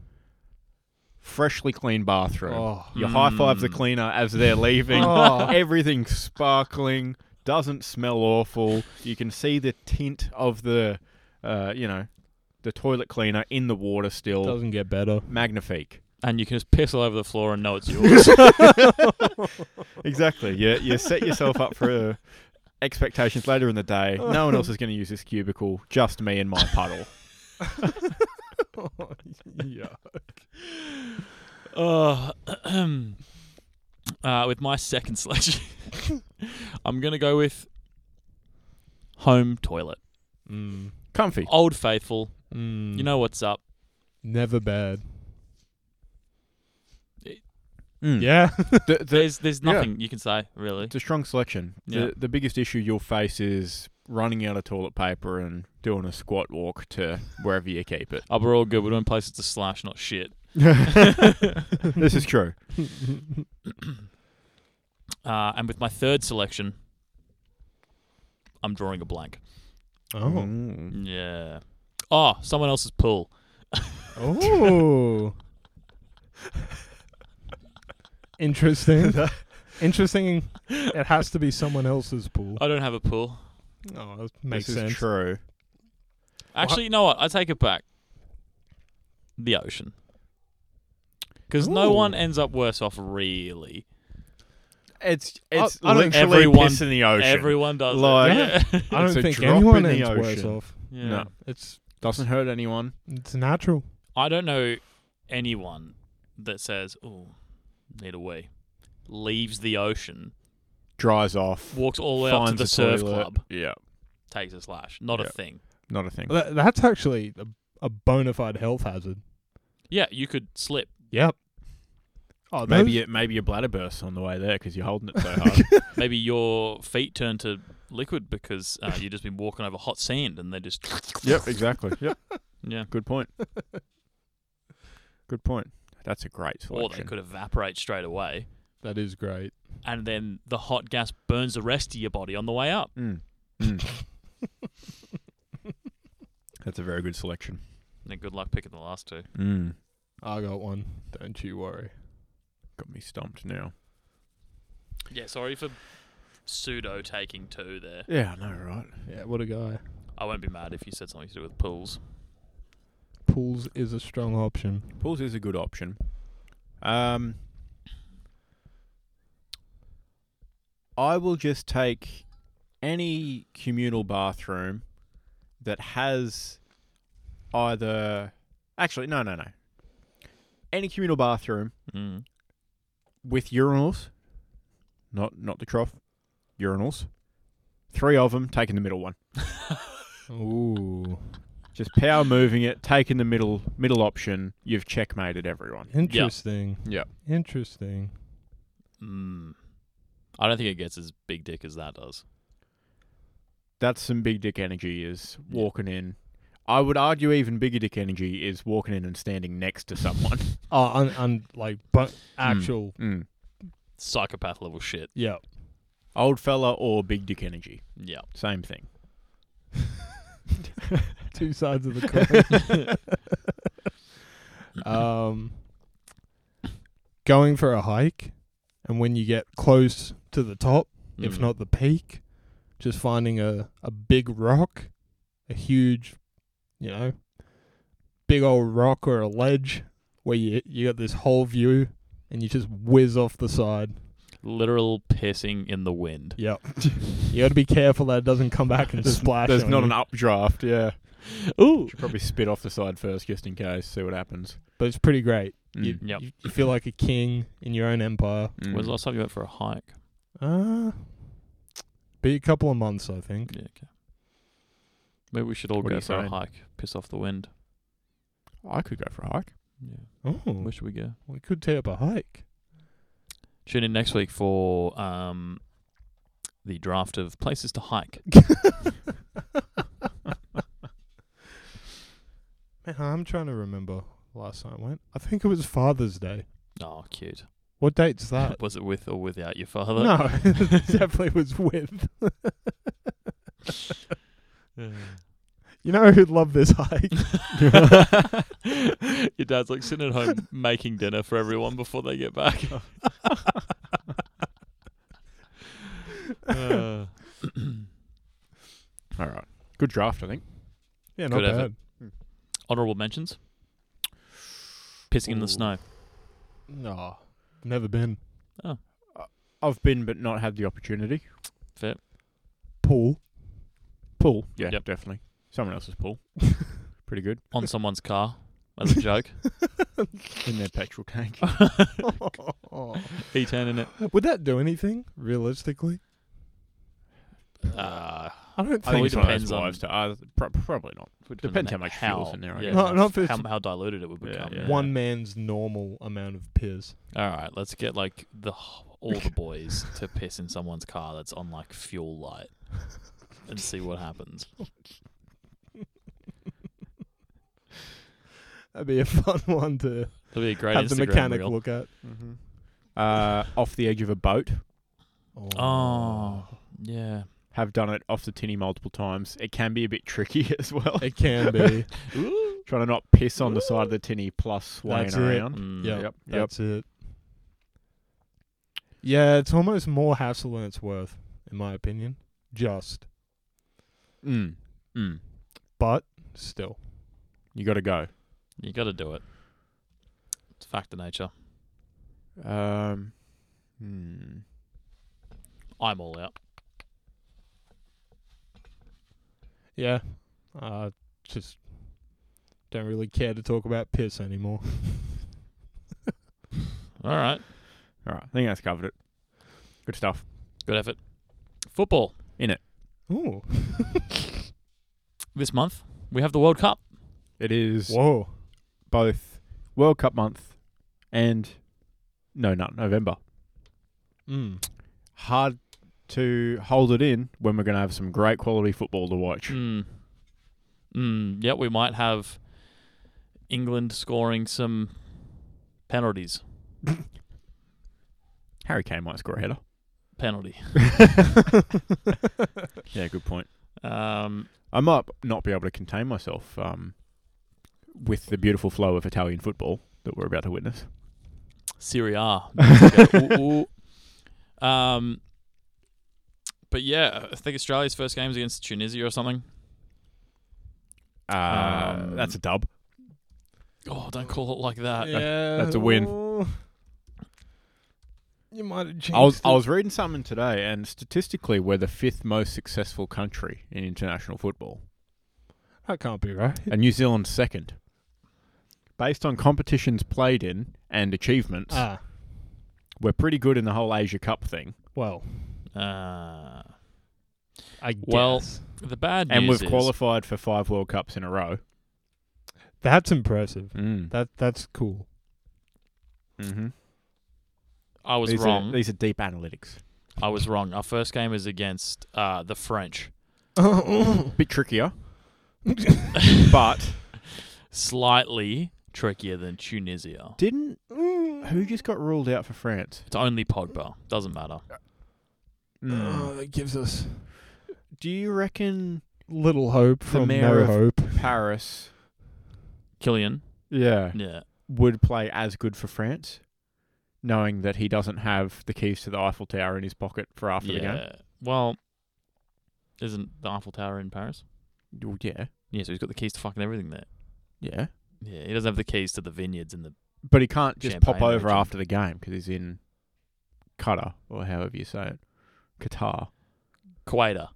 freshly clean bathroom. Oh. You high five the Mm. cleaner as they're leaving. Oh. Everything's sparkling, doesn't smell awful. You can see the tint of the, uh, you know, the toilet cleaner in the water still. Doesn't get better. Magnifique. and you can just piss all over the floor and know it's yours. Exactly. You, you set yourself up for uh, expectations later in the day. No one else is going to use this cubicle, just me and my puddle. yeah. Uh, uh, with my second selection, I'm going to go with home toilet. Mm. Comfy. Old Faithful. Mm. You know what's up. never bad. Mm. Yeah. The, the, There's there's yeah. nothing you can say, really. it's a strong selection. Yeah. The, the biggest issue you'll face is running out of toilet paper and doing a squat walk to wherever you keep it. Oh, we're all good. We're doing places to slash, not shit. this is true. Uh, and with my third selection, I'm drawing a blank. Hmm. oh. Mm. Yeah. Oh, someone else's pool. Oh. Interesting. Interesting. It has to be someone else's pool. I don't have a pool. Oh, that makes this sense. is true. Actually, you know what? I take it back. The ocean. Because no Ooh. one ends up worse off, really. It's I- it's I don't- literally Everyone- piss in the ocean. Everyone does. Like- it. Yeah. I It's don't a think drop anyone in the ends worse ocean. off. Yeah. No. It's Doesn't hurt anyone. it's natural. I don't know anyone that says, "Oh, need a wee," leaves the ocean, Dries off. walks all the way up to finds the a surf toilet. club, Yeah, takes a slash. Not Yeah. a thing. not a thing. That, that's actually a, a bona fide health hazard. Yeah, you could slip. Yep. Oh, Maybe those- your, maybe your bladder bursts on the way there because you're holding it so hard. Maybe your feet turn to liquid because uh, you've just been walking over hot sand, and they just yep, exactly. Yep, yeah. good point. Good point. That's a great Or they selection. could evaporate straight away. That is great. and then the hot gas burns the rest of your body on the way up. Mm. Mm. That's a very good selection. And good luck picking the last two. Mm. I got one. Don't you worry. Got me stumped now. Yeah, sorry for pseudo taking two there. Yeah, I know, right? Yeah, what a guy. I won't be mad if you said something to do with pools. Pools is a strong option. Pools is a good option. Um, I will just take any communal bathroom that has either. Actually, no, no, no. Any communal bathroom Mm. with urinals, not not the trough, urinals. Three of them, taking the middle one. Ooh. Just power moving it, taking the middle middle option. You've checkmated everyone. Interesting. Yep. Interesting. Mm. I don't think it gets as big dick as that does. that's some big dick energy is walking in. I would argue even bigger dick energy is walking in and standing next to someone. Oh, I'm, like, but actual. mm. Psychopath level shit. Yeah. Old fella or big dick energy, Yeah. same thing. Two sides of the coin. um, going for a hike, and when you get close to the top, if Hmm. Mm. not the peak, just finding a, a big rock, a huge, you know, big old rock or a ledge where you you got this whole view and you just whiz off the side. literal pissing in the wind. Yep. you got to be careful that it doesn't come back and splash. There's on not you. an updraft, yeah. Ooh. Should probably spit off the side first just in case, see what happens. but it's pretty great. You, Yep. you, you feel like a king in your own empire. Mm. When's the last time you went for a hike? Uh, be a couple of months, I think. Yeah, okay. Maybe we should all What do go you for a find? hike. Piss off the wind. I could go for a hike. Yeah. Oh, Mm. Where should we go? we could take up a hike. Tune in next week for um, the draft of places to hike. Man, I'm trying to remember last time I went. I think it was Father's Day. Oh, cute. What date's that? Was it with or without your father? no, it definitely was with. You know who'd love this hike? your dad's like sitting at home making dinner for everyone before they get back. Uh, All right. Good draft, I think. Yeah, not Good effort. bad. honorable mentions. Pissing in Ooh. the snow. No, never been. I've been but not had the opportunity. Fair. Pool. Pool. Yeah, Yep. definitely. Someone else's pool. Pretty good. On someone's car as a joke. In their petrol tank. E ten in it. Would that do anything realistically? Uh, I don't I think. think Probably it's one of those depends on- wives to uh, oth- pro- probably not. would Depends on how much fuel's in there, I Yeah, guess. No, not if how, it's- how diluted it would Yeah, become. yeah. One man's normal amount of piss. All right, let's get like the h- all the boys to piss in someone's car that's on like fuel light, and see what happens. That'd be a fun one to It'll be a great have Instagram the mechanic reel. look at. Mm-hmm. Uh, off the edge of a boat. Oh, yeah. Have done it off the tinny multiple times. It can be a bit tricky as well. It can be. Trying to not piss on the side of the tinny plus swaying That's it. around. Mm. Yeah. Yep. Yep. That's it. Yeah, it's almost more hassle than it's worth, in my opinion. Just. Mm. Mm. But still. You got to go. You got to do it. It's a fact of nature. Um. Hmm. I'm all out. Yeah. I just don't really care to talk about piss anymore. All right. All right. I think that's covered it. Good stuff. Good effort. Football Ooh. this month. We have the World Cup. It is Whoa. both World Cup month and no, not November. Mm. Hard to hold it in when we're going to have some great quality football to watch. Mm. Mm. Yeah, we might have England scoring some penalties. Harry Kane might score a header. penalty. Yeah, good point. Um, I might not be able to contain myself um, with the beautiful flow of Italian football that we're about to witness. Serie A. Ooh, ooh. Um, but yeah, I think Australia's first game is against Tunisia or something. Uh, Um, that's a dub. Oh, don't call it like that. yeah, that's a win. oh. You might have changed. I was I was reading something today, and statistically, we're the fifth most successful country in international football, That can't be right. and New Zealand's second. Based on competitions played in and achievements, Ah, we're pretty good in the whole Asia Cup thing, well, Uh, I guess. Well, the bad and news we've is- qualified for five World Cups in a row. that's impressive. Mm. That that's cool. Mm-hmm. I was these wrong. Are, these are deep analytics. I was wrong. Our first game is against uh, the French. Bit trickier, but Slightly trickier than Tunisia. didn't who just got ruled out for France? It's only Pogba. Doesn't matter. Mm. Oh, that gives us Uh, Do you reckon little hope from mayor no of- hope. Paris? Killian. Yeah. Yeah. would play as good for France, knowing that he doesn't have the keys to the Eiffel Tower in his pocket for after yeah. Well, isn't the Eiffel Tower in Paris? the game. Yeah, Yeah, so he's got the keys to fucking everything there. yeah, Yeah, he doesn't have the keys to the vineyards and the but he can't just pop Champagne over region. after the game because he's in Qatar or however you say it, Qatar. equator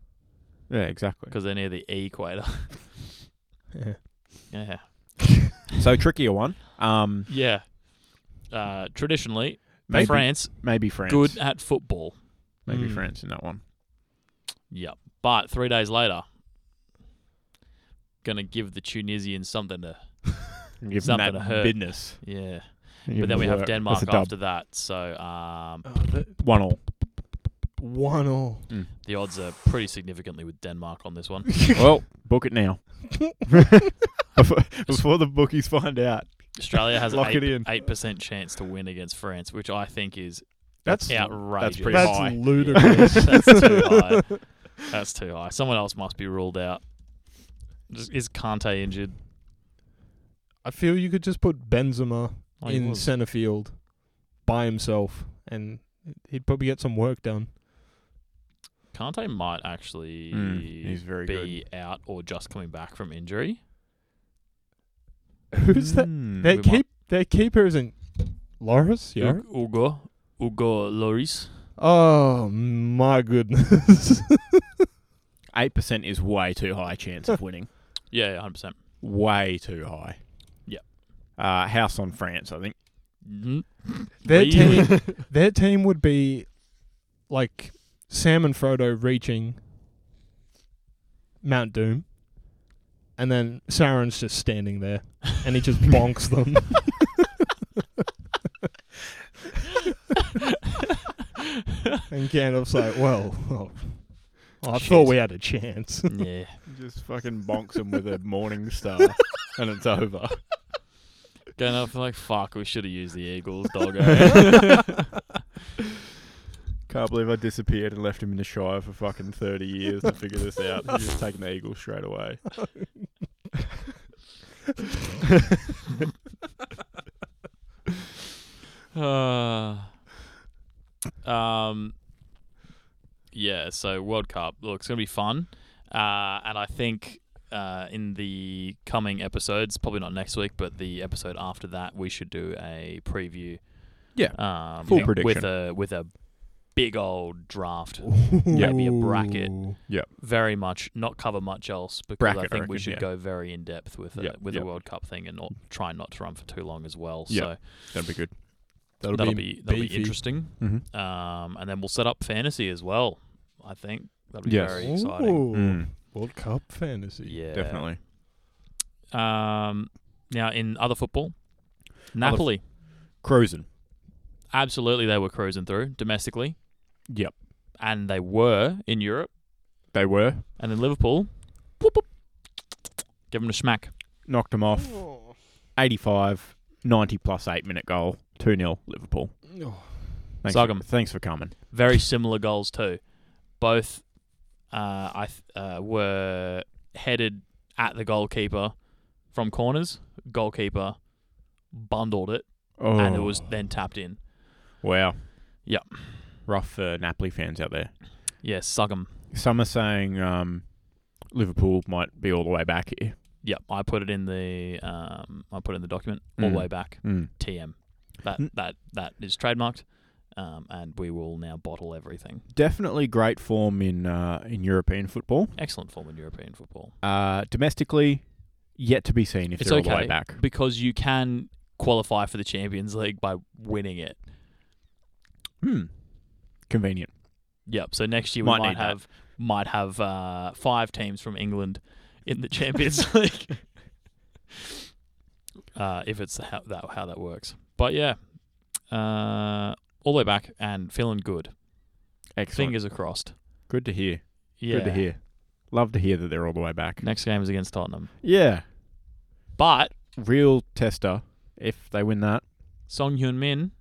Yeah, exactly. because they're near the equator. Yeah. yeah. So trickier one. Um, Yeah. Uh, traditionally, maybe France, maybe France. good at football. Maybe Mm. France in that one. Yep. But three days later, gonna give the Tunisians something to. Give them Something that to hurt. business. Yeah. Give But then them we that- have that's Denmark a dub. after that, so um, Oh, that, one all. one all. the odds are pretty significantly with Denmark on this one. well, book it now. before, before the bookies find out. Australia has an Lock it in. eight percent chance to win against France, which I think is That's outrageous. pretty that's high. ludicrous. That's too high. That's too high. Someone else must be ruled out. Just- Is Kante injured? I feel you could just put Benzema Oh, he in was. centre field by himself, and he'd probably get some work done. Kante might actually Mm, he's very be out or just coming back from injury. Who's that? Mm. Their we keep might- their keeper isn't Loris. Yeah. U- Ugo, Ugo Loris. Oh my goodness. Eight percent is way too high chance of winning. Yeah, hundred percent. way too high. Yep. Uh, house on France, I think. their Really? team, their team would be like Sam and Frodo reaching Mount Doom, and then Sauron's just standing there, and he just bonks them. and Gandalf's like, "Well, oh, I thought Jeez. we had a chance." Yeah, Just fucking bonks him with a morning star, and it's over. going up like fuck. We should have used the Eagles, doggo. Can't believe I disappeared and left him in the Shire for fucking thirty years to figure this out. He's just taking the eagle straight away. Uh, um, yeah, so World Cup. Look, it's going to be fun. Uh, and I think uh, in the coming episodes, probably not next week, but the episode after that, we should do a preview. Yeah, Um, full with- prediction. With a, with a big old draft. Maybe a bracket. Ooh. Very much, not cover much else because Bracket, I I think we reckon, should yeah. go very in depth with a, Yeah, with yeah. the World Cup thing and not try not to run for too long as well. Yeah, So That'd be good. that'll, be, that'll be beefy. interesting. Mm-hmm. Um, and then we'll set up fantasy as well. I think that'll be Yes. very exciting. Ooh. Hmm. World Cup fantasy. Yeah, Mm, Definitely. Um, now in other football, Napoli. Cruising. absolutely, they were cruising through domestically, Yep. and they were in Europe. They were And then Liverpool, whoop, whoop, give them a smack. knocked him off. 85, 90 plus eight minute goal, two 0 Liverpool. Oh. Thanks, Sug 'em. Thanks for coming. Very similar goals too. Both uh, I th- uh, were headed at the goalkeeper from corners. Goalkeeper bundled it Oh, and it was then tapped in. wow. Yep. Rough for Napoli fans out there. Yeah, suck 'em. Some are saying um, Liverpool might be all the way back here. Yep, I put it in the um, I put it in the document all the Mm. way back. Mm. TM. That Mm. that that is trademarked, um, and we will now bottle everything. Definitely great form in uh, in European football. Excellent form in European football Uh, domestically, yet to be seen if It's they're all the okay. way back. because you can qualify for the Champions League by winning it. Hmm. Convenient. Yep. So next year Might we might need that. have might have uh, five teams from England in the Champions League. Uh, if it's how that how that works, but yeah, uh, all the way back and feeling good. Excellent. Fingers are crossed. Good to hear. Yeah. Good to hear. Love to hear that they're all the way back. Next game is against Tottenham, Yeah. but Real tester if they win that. Song Hyun Min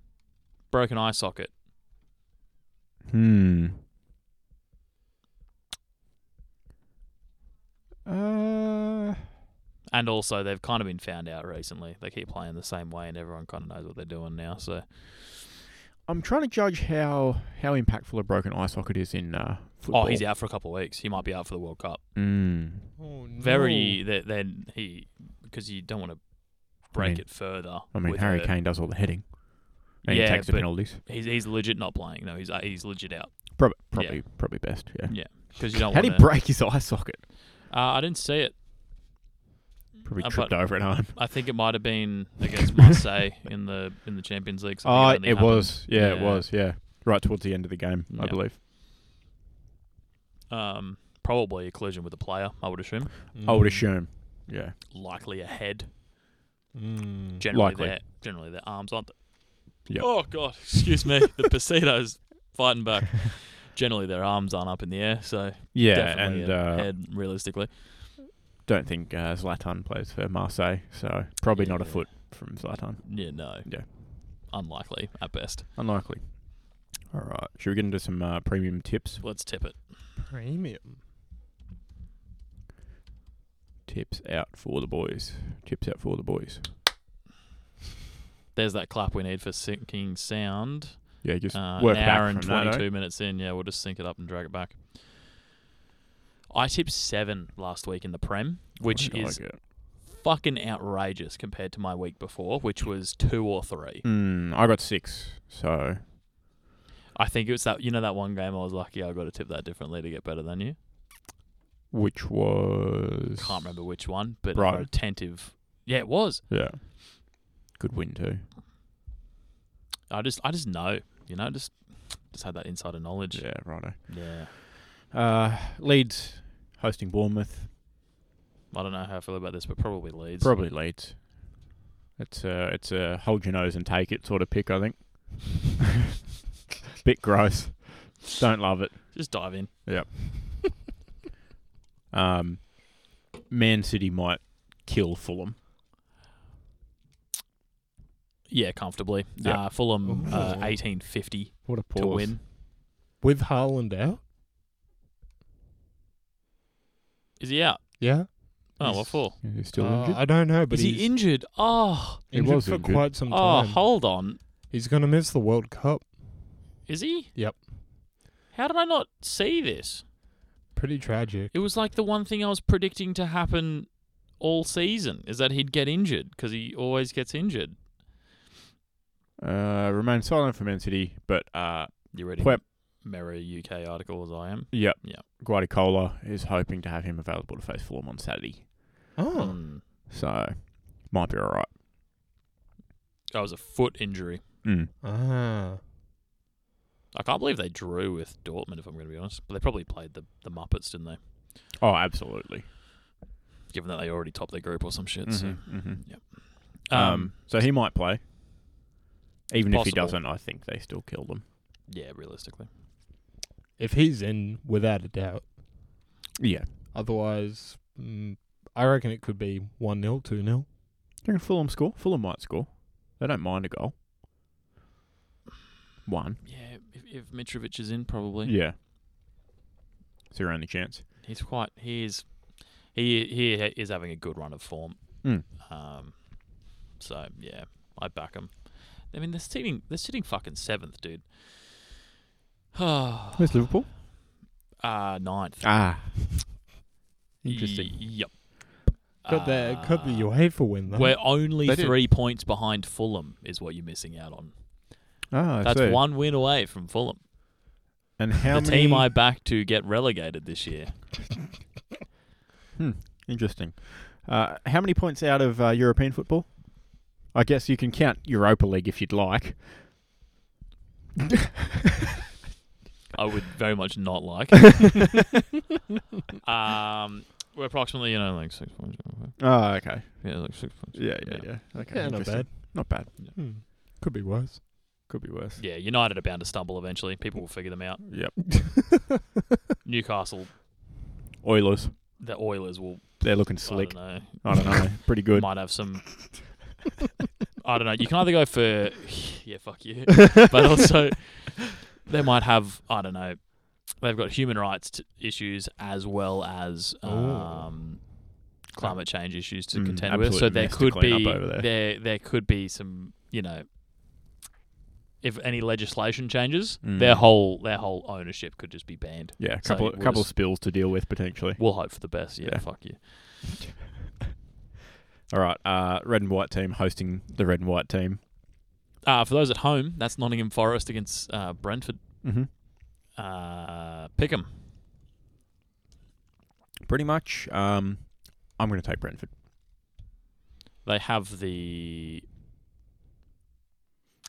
broken eye socket. Hmm. Uh, And also, they've kind of been found out recently. They keep playing the same way, and everyone kind of knows what they're doing now. So, I'm trying to judge how how impactful a broken eye socket is in uh, football. oh, he's out for a couple of weeks. He might be out for the World Cup. Mm. Oh, no. Very that then he because you don't want to break mean- it further. I mean, with Harry hurt. Kane does all the heading. And Yeah, he takes the but- penalties. He's he's legit not playing. No, he's uh, he's legit out Probably, probably, probably best. Yeah. because you don't. How'd want he break his eye socket? Uh, I didn't see it. Probably Uh, tripped but over an arm. I think it might have been against Marseille in the in the Champions League. something Oh, like it that happened. was. Yeah, it Yeah. was. Yeah. Right towards the end of the game, I Yeah. believe. um, probably a collision with a player. I would assume I would Mm. assume. Yeah. likely a head. Mm. Generally, Likely. their generally their arms aren't. They? Yep. Oh God, excuse me. the Pasitos fighting back. Generally, their arms aren't up in the air, so Yeah, definitely and a uh, head. Realistically, don't think uh, Zlatan plays for Marseille, so probably not a Yeah. foot from Zlatan. yeah, no, Yeah. unlikely at best. Unlikely. All right. Should we get into some uh, premium tips? Let's tip it. Premium. Tips out for the boys. Tips out for the boys. There's that clap we need for syncing sound. Yeah, just Uh, work an back hour and from that, eh? 22 minutes in. Yeah, we'll just sync it up and drag it back. I tipped seven last week in the Prem, which I like is it. fucking outrageous compared to my week before, which was two or three. Mm, I got six, so I think it was that you know that one game I was lucky I got to tip that differently to get better than you. which was Can't remember which one, but I got Brighton. a tentative. Yeah, it was. Yeah. Good win too. I just I just know, you know, just just had that insider knowledge. Yeah, righto. yeah. Uh, Leeds hosting Bournemouth. I don't know how I feel about this, but probably Leeds. Probably Leeds. It's a it's a hold your nose and take it sort of pick. I think. Bit gross. Don't love it. Just dive in. Um, Man City might kill Fulham. Yeah, comfortably. Yeah. Uh, Fulham uh, Ooh. 1850 What a to win. With Haaland out? Is he out? Yeah. Oh, what He's- for? He's still Uh, injured. I don't know, but Is he he's injured? Oh, He injured was for injured. quite some oh, time. hold on. he's going to miss the World Cup. Is he? Yep. How did I not see this? Pretty tragic. It was like the one thing I was predicting to happen all season is that he'd get injured because he always gets injured. Uh, remain silent for Man City, but uh, You reading Pep Merry UK article as I am? Yep. Yep. Guardiola is hoping to have him available to face Fulham on Saturday, Oh, Hmm. so might be all right. That was a foot injury. Mm. ah, I can't believe they drew with Dortmund, if I'm going to be honest. But they probably played the, the Muppets, didn't they? Oh, absolutely. Given that they already topped their group or some shit. So. Mhm, mhm. Um, Um, so he might play. Even if he possible. doesn't, I think they still kill them. yeah, realistically. if he's in, without a doubt. Yeah. Otherwise, mm, I reckon it could be one 0 two 0 Do you reckon Fulham score? Fulham might score. They don't mind a goal. One. Yeah, if, if Mitrovic is in, probably. Yeah. It's your only chance. He's quite. He is. He he ha- is having a good run of form. Mm. Um, so yeah, I back him. I mean, they're sitting. They're sitting fucking seventh, dude. Ah, Where's Liverpool? uh, ninth. Ah. Interesting. Y- yep. Got the got the Uh, UEFA win though. We're only They did. three points behind Fulham, is what you're missing out on. Ah, I That's see. one win away from Fulham, And how the many? team I backed to get relegated this year. Interesting. Uh, how many points out of uh, European football? I guess you can count Europa League if you'd like. I would very much not like. um, we're approximately, you know, like six points. Oh, okay. Yeah, like six points. Yeah, yeah, yeah. Okay. yeah, not interesting. bad. Not bad. Hmm. Could be worse. Could be worse. Yeah, United are bound to stumble eventually. People will figure them out. Yep. Newcastle, Oilers. the Oilers will. They're looking Slick. slick. I I don't know. Pretty don't know. good. might have some. I don't know. You can either go for yeah, fuck you, but also they might have I don't know. They've got human rights t- issues as well as Ooh. um, climate change issues to Mm, contend with. absolute So there mess to could clean up be over there. there. there could be some you know if any legislation changes, their Mm. whole their whole ownership could just be banned. Yeah, a So couple, we'll couple of just- spills to deal with potentially. We'll hope for the best. Yeah, Yeah. fuck you. All right. Uh, red and white team hosting the red and white team. Uh, for those at home, that's Nottingham Forest against uh, Brentford. Mm-hmm. Uh, pick 'em. Pretty much. Um, I'm going to take Brentford. They have the.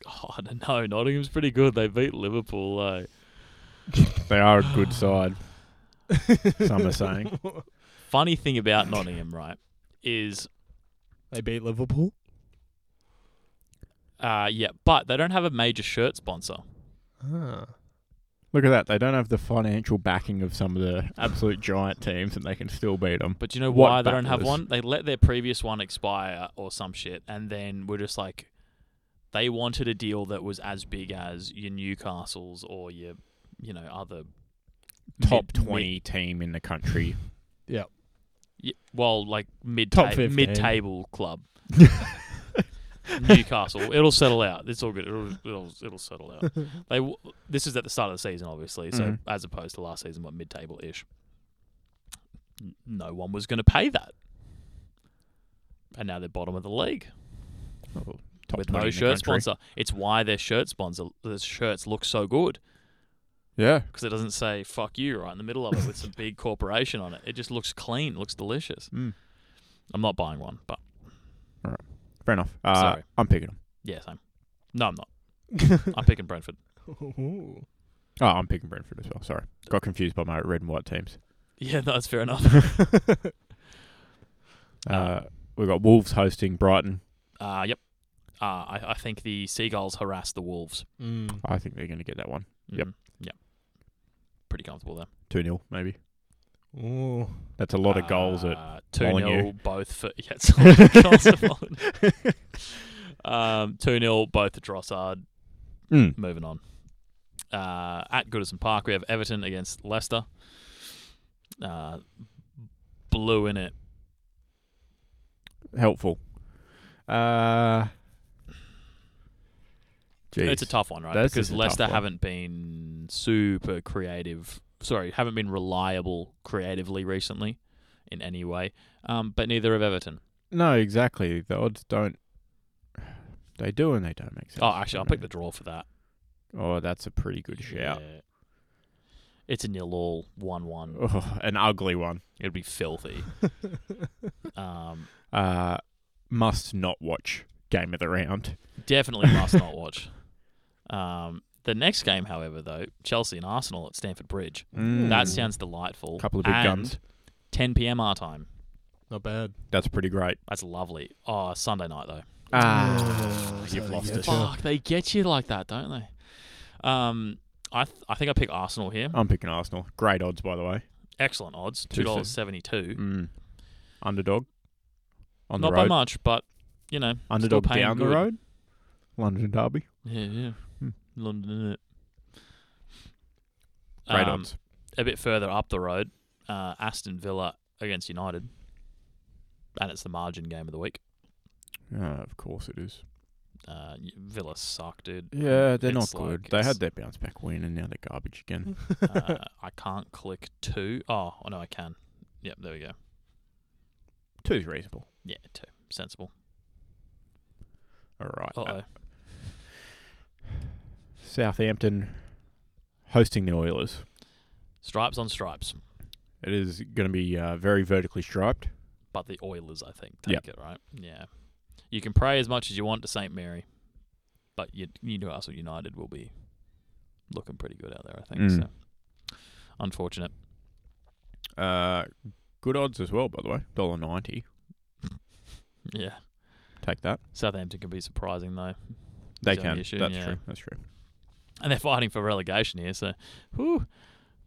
Oh, I don't know. Nottingham's pretty good. They beat Liverpool. though. They are a good side. Some are saying. Funny thing about Nottingham, right, is They beat Liverpool. uh, yeah, but they don't have a major shirt sponsor. Ah. Look at that. They don't have the financial backing of some of the absolute giant teams, and they can still beat them. But do you know What why they don't have battlers? one? They let their previous one expire or some shit, and then we're just like, they wanted a deal that was as big as your Newcastles or your, you know, other Top mid- mid- 20 team in the country. Yeah, well, like mid Top ta- 15. mid table club. Newcastle, it'll settle out. It's all good. It'll it'll, it'll settle out. They w- this is at the start of the season, obviously. So Mhm. as opposed to last season, what mid table ish. No one was going to pay that, and now they're bottom of the league Oh, top with 20 in no the shirt country. sponsor. It's why their shirt sponsor their shirts look so good Yeah. because it doesn't say "fuck you" right in the middle of it with some big corporation on it. It just looks clean, looks delicious. Mm. I'm not buying one, but Fair enough. Uh, Sorry. I'm picking them. yeah, same. No, I'm not. I'm picking Brentford. Ooh. Oh, I'm picking Brentford as well. Sorry. Got confused by my red and white teams. Yeah, no, that's fair enough. Ah. Uh, we've got Wolves hosting Brighton. Uh, yep. Uh, I, I think the Seagulls harass the Wolves. Mm. I think they're going to get that one. Yep. Mhm. Yep. Pretty comfortable there. 2 0, maybe. Ooh. That's a lot of goals at. Uh, 2 Molyneux. 0, both for. Yeah, it's a lot of goals at Molyneux. um, 2 0, both at Drossard. Mm. Moving on. Uh, at Goodison Park, we have Everton against Leicester. Uh, blue in it. Helpful. Uh, It's a jeez. tough one, right? This is because a tough Leicester one. haven't been super creative. Sorry, haven't been reliable creatively recently in any way. Um, but neither have Everton. No, exactly. The odds don't. They do and they don't make sense. Oh, actually, I'll don't pick the draw for that. they? Oh, that's a pretty good shout. Yeah. It's a nil all, one one. Oh, an ugly one. It'd be filthy. um, Uh, must not watch game of the round. definitely must not watch. Um, the next game, however, though, Chelsea and Arsenal at Stamford Bridge. Hmm. That That's- sounds delightful. Hmm. couple of big And guns. 10 p.m. our time. Not bad. That's pretty great. That's lovely. Oh, Sunday night though. Ah, so you've they lost get it. you. Fuck, they get you like that, don't they? Um, I th- I think I pick Arsenal here. I'm picking Arsenal. Great odds, by the way. Excellent odds, two Two dollars seventy two. Mm. Underdog on Hmm. Not the by road. much, but you know, Underdog still paying down the good. road. London Derby. Yeah, yeah. Hmm. London, isn't it? Great Um, odds. a bit further up the road, uh, Aston Villa against United, and it's the margin game of the week. Ah, of course it is. Uh, y- Villa suck, dude. Yeah, And they're not it's like- good. They it's- had their bounce back win, and now they're garbage again. uh, I can't click two. Oh, oh, no, I can. Yep, there we go. Two's reasonable. Yeah, two. Sensible. All right. Uh-oh. Southampton hosting the Oilers. Stripes on stripes, It is going to be uh, very vertically striped. but the Oilers, I think, take Yep. it, right? Yeah. You can pray as much as you want to St. Mary, but you, you know Arsenal United will be looking pretty good out there, I think. Mm. So. Unfortunate. Uh, good odds as well, by the way. Dollar ninety. Yeah. Take that. Southampton can be surprising, though. They Is that the can. issue? That's Yeah. true. That's true. and they're fighting for relegation here. So, whew,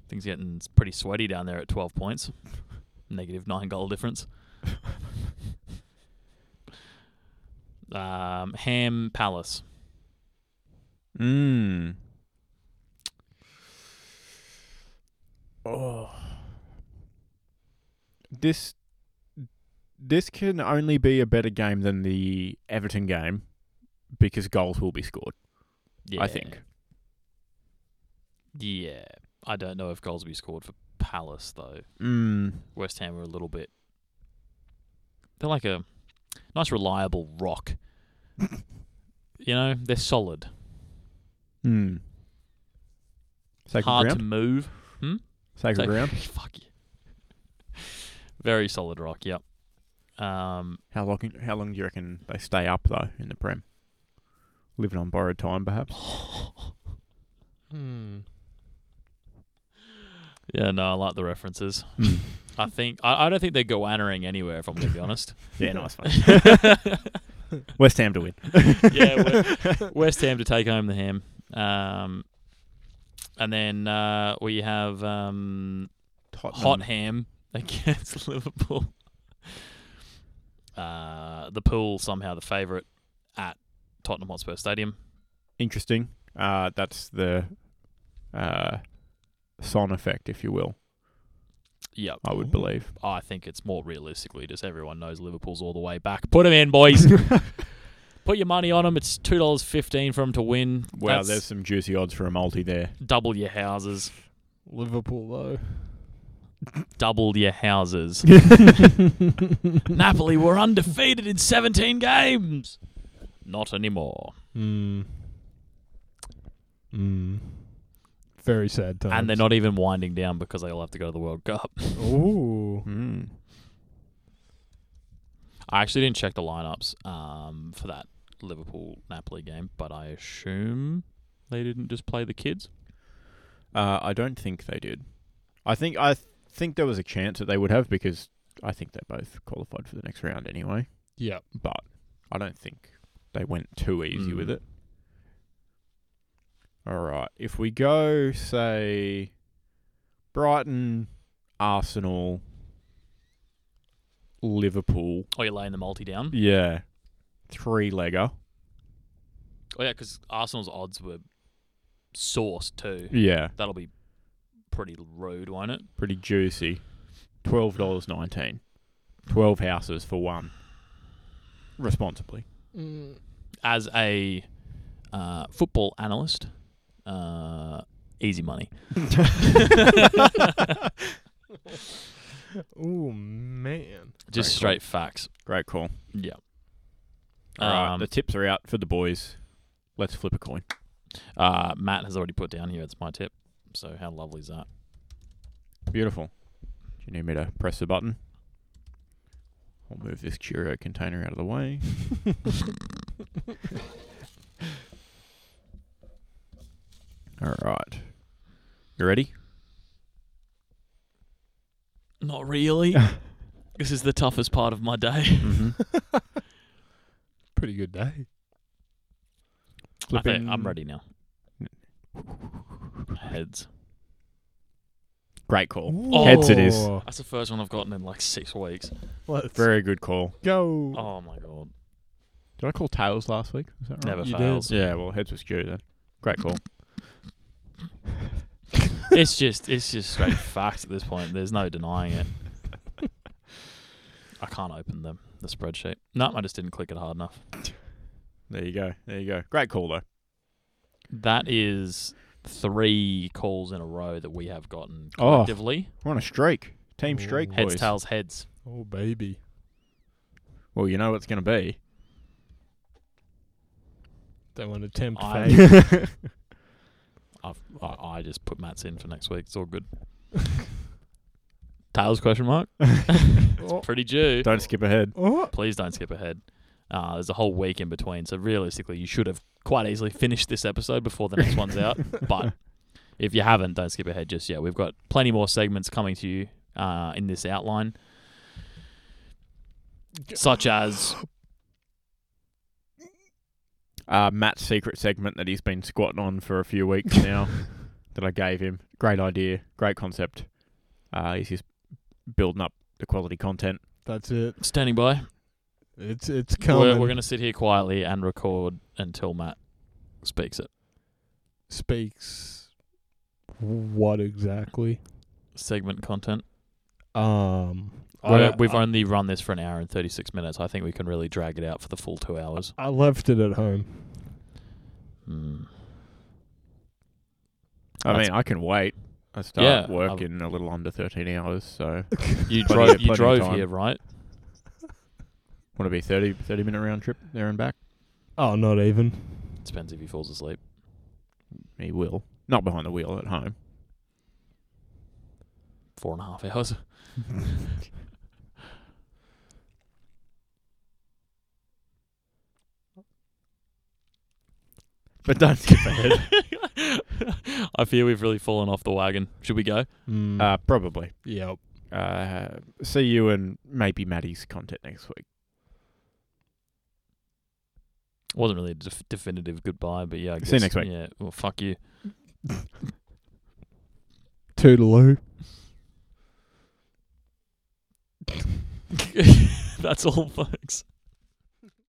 things getting s- pretty sweaty down there at 12 points, negative nine goal difference. um, Ham Palace. Mm. Oh. This this can only be a better game than the Everton game because goals will be scored, Yeah, I think. Yeah, I don't know if goals will be scored for Palace though. Mm. West Ham are a little bit. They're like a nice, reliable rock. you know, they're solid, Mm. Sacred hard ground. to move. Sacred Take- ground. Fuck you. Very solid rock. Yep. Um, How long? How long do you reckon they stay up though in the prem? Living on borrowed time, perhaps. Hmm. yeah, no, I like the references. Hmm. I think I, I don't think they're goannering anywhere. If I'm going to be honest. yeah, nice one. West Ham to win. yeah, we- West Ham to take home the ham. Um, and then uh, we have um, hot ham against Liverpool. Uh, the pool somehow the favourite at Tottenham Hotspur Stadium. Interesting. Uh, that's the uh, son effect, if you will. Yep. I would Ooh. believe. I think it's more realistically just everyone knows Liverpool's all the way back. Put 'em in, boys. Put your money on 'em. It's two dollars fifteen for 'em to win. Wow, That's there's some juicy odds for a multi there. double your houses. Liverpool though. Double your houses. Napoli were undefeated in seventeen games. Not anymore. Hmm. Hmm. Very sad times. And they're not even winding down because they all have to go to the World Cup. Ooh. Mm. I actually didn't check the lineups um, for that Liverpool Napoli game, but I assume they didn't just play the kids. Uh, I don't think they did. I think I th- think there was a chance that they would have because I think they both qualified for the next round anyway. Yep. But I don't think they went too easy with Mm. it. All right. If we go, say, Brighton, Arsenal, Liverpool. Oh, you're laying the multi down. Yeah. Three legger. Oh yeah, because Arsenal's odds were sourced too. Yeah. That'll be pretty rude, won't it? Pretty juicy. $12.19. 12 houses for one. Responsibly. Mm. As a uh, football analyst, uh, easy money. Ooh man. Just Very straight facts. Great call. Yeah. All right, Um, The tips are out for the boys. Let's flip a coin. uh, Matt has already put down here. It's my tip. So how lovely is that? Beautiful. Do you need me to press the button? I'll move this Cheerio container out of the way. All right. You ready? Not really. this is the toughest part of my day. Mm-hmm. Pretty good day. I think I'm ready now. Heads. Great call. Oh. Heads it is. Ooh. That's the first one I've gotten in like six weeks. Let's Very good call. go. Oh my god. Did I call tails last week? Is that Never You did. fails. Yeah, well, heads was due then. Great call. it's just it's just straight facts at this point. There's no denying it. I can't open them the spreadsheet. No, I just didn't click it hard enough. There you go. There you go. Great call though. That is three calls in a row that we have gotten Oh. collectively. We're on a streak. Team streak, Ooh. heads, boys. tails, heads. Oh baby. Well, you know what it's going to be. Don't want to tempt I- fate. I've, I, I just put Matt's in for next week. It's all good. tails question mark. Oh, Pretty due. Don't skip ahead. oh. Please don't skip ahead. Uh, there's a whole week in between, so realistically, you should have quite easily finished this episode before the next one's out. But if you haven't, don't skip ahead just yet. We've got plenty more segments coming to you uh, in this outline, such as Uh, Matt's secret segment that he's been squatting on for a few weeks now that I gave him. Great idea. Great concept. Uh, he's just building up the quality content. That's it. standing by. It's it's coming. We're, we're going to sit here quietly and record until Matt speaks it. speaks what exactly? Segment content. Um I- We're- we've I, only run this for an hour and 36 minutes. I think we can really drag it out for the full two hours. I left it at home. Hmm. Mm. I That's- mean, I can wait. I start Yeah, work I've- in a little under 13 hours, so You Plenty drove, of- you plenty of drove time. here, right? want to be 30, 30 minute round trip there and back. Oh, not even. Depends if he falls asleep. He will. Not behind the wheel at home. Four and a half hours. But don't skip ahead. I fear we've really fallen off the wagon. Should we go? Mm. uh, probably. yep. Uh, see you and maybe Maddie's content next week. Wasn't really a def- definitive goodbye, but yeah. I guess, See you next week. Yeah. Well, fuck you. Toodaloo. That's all, folks.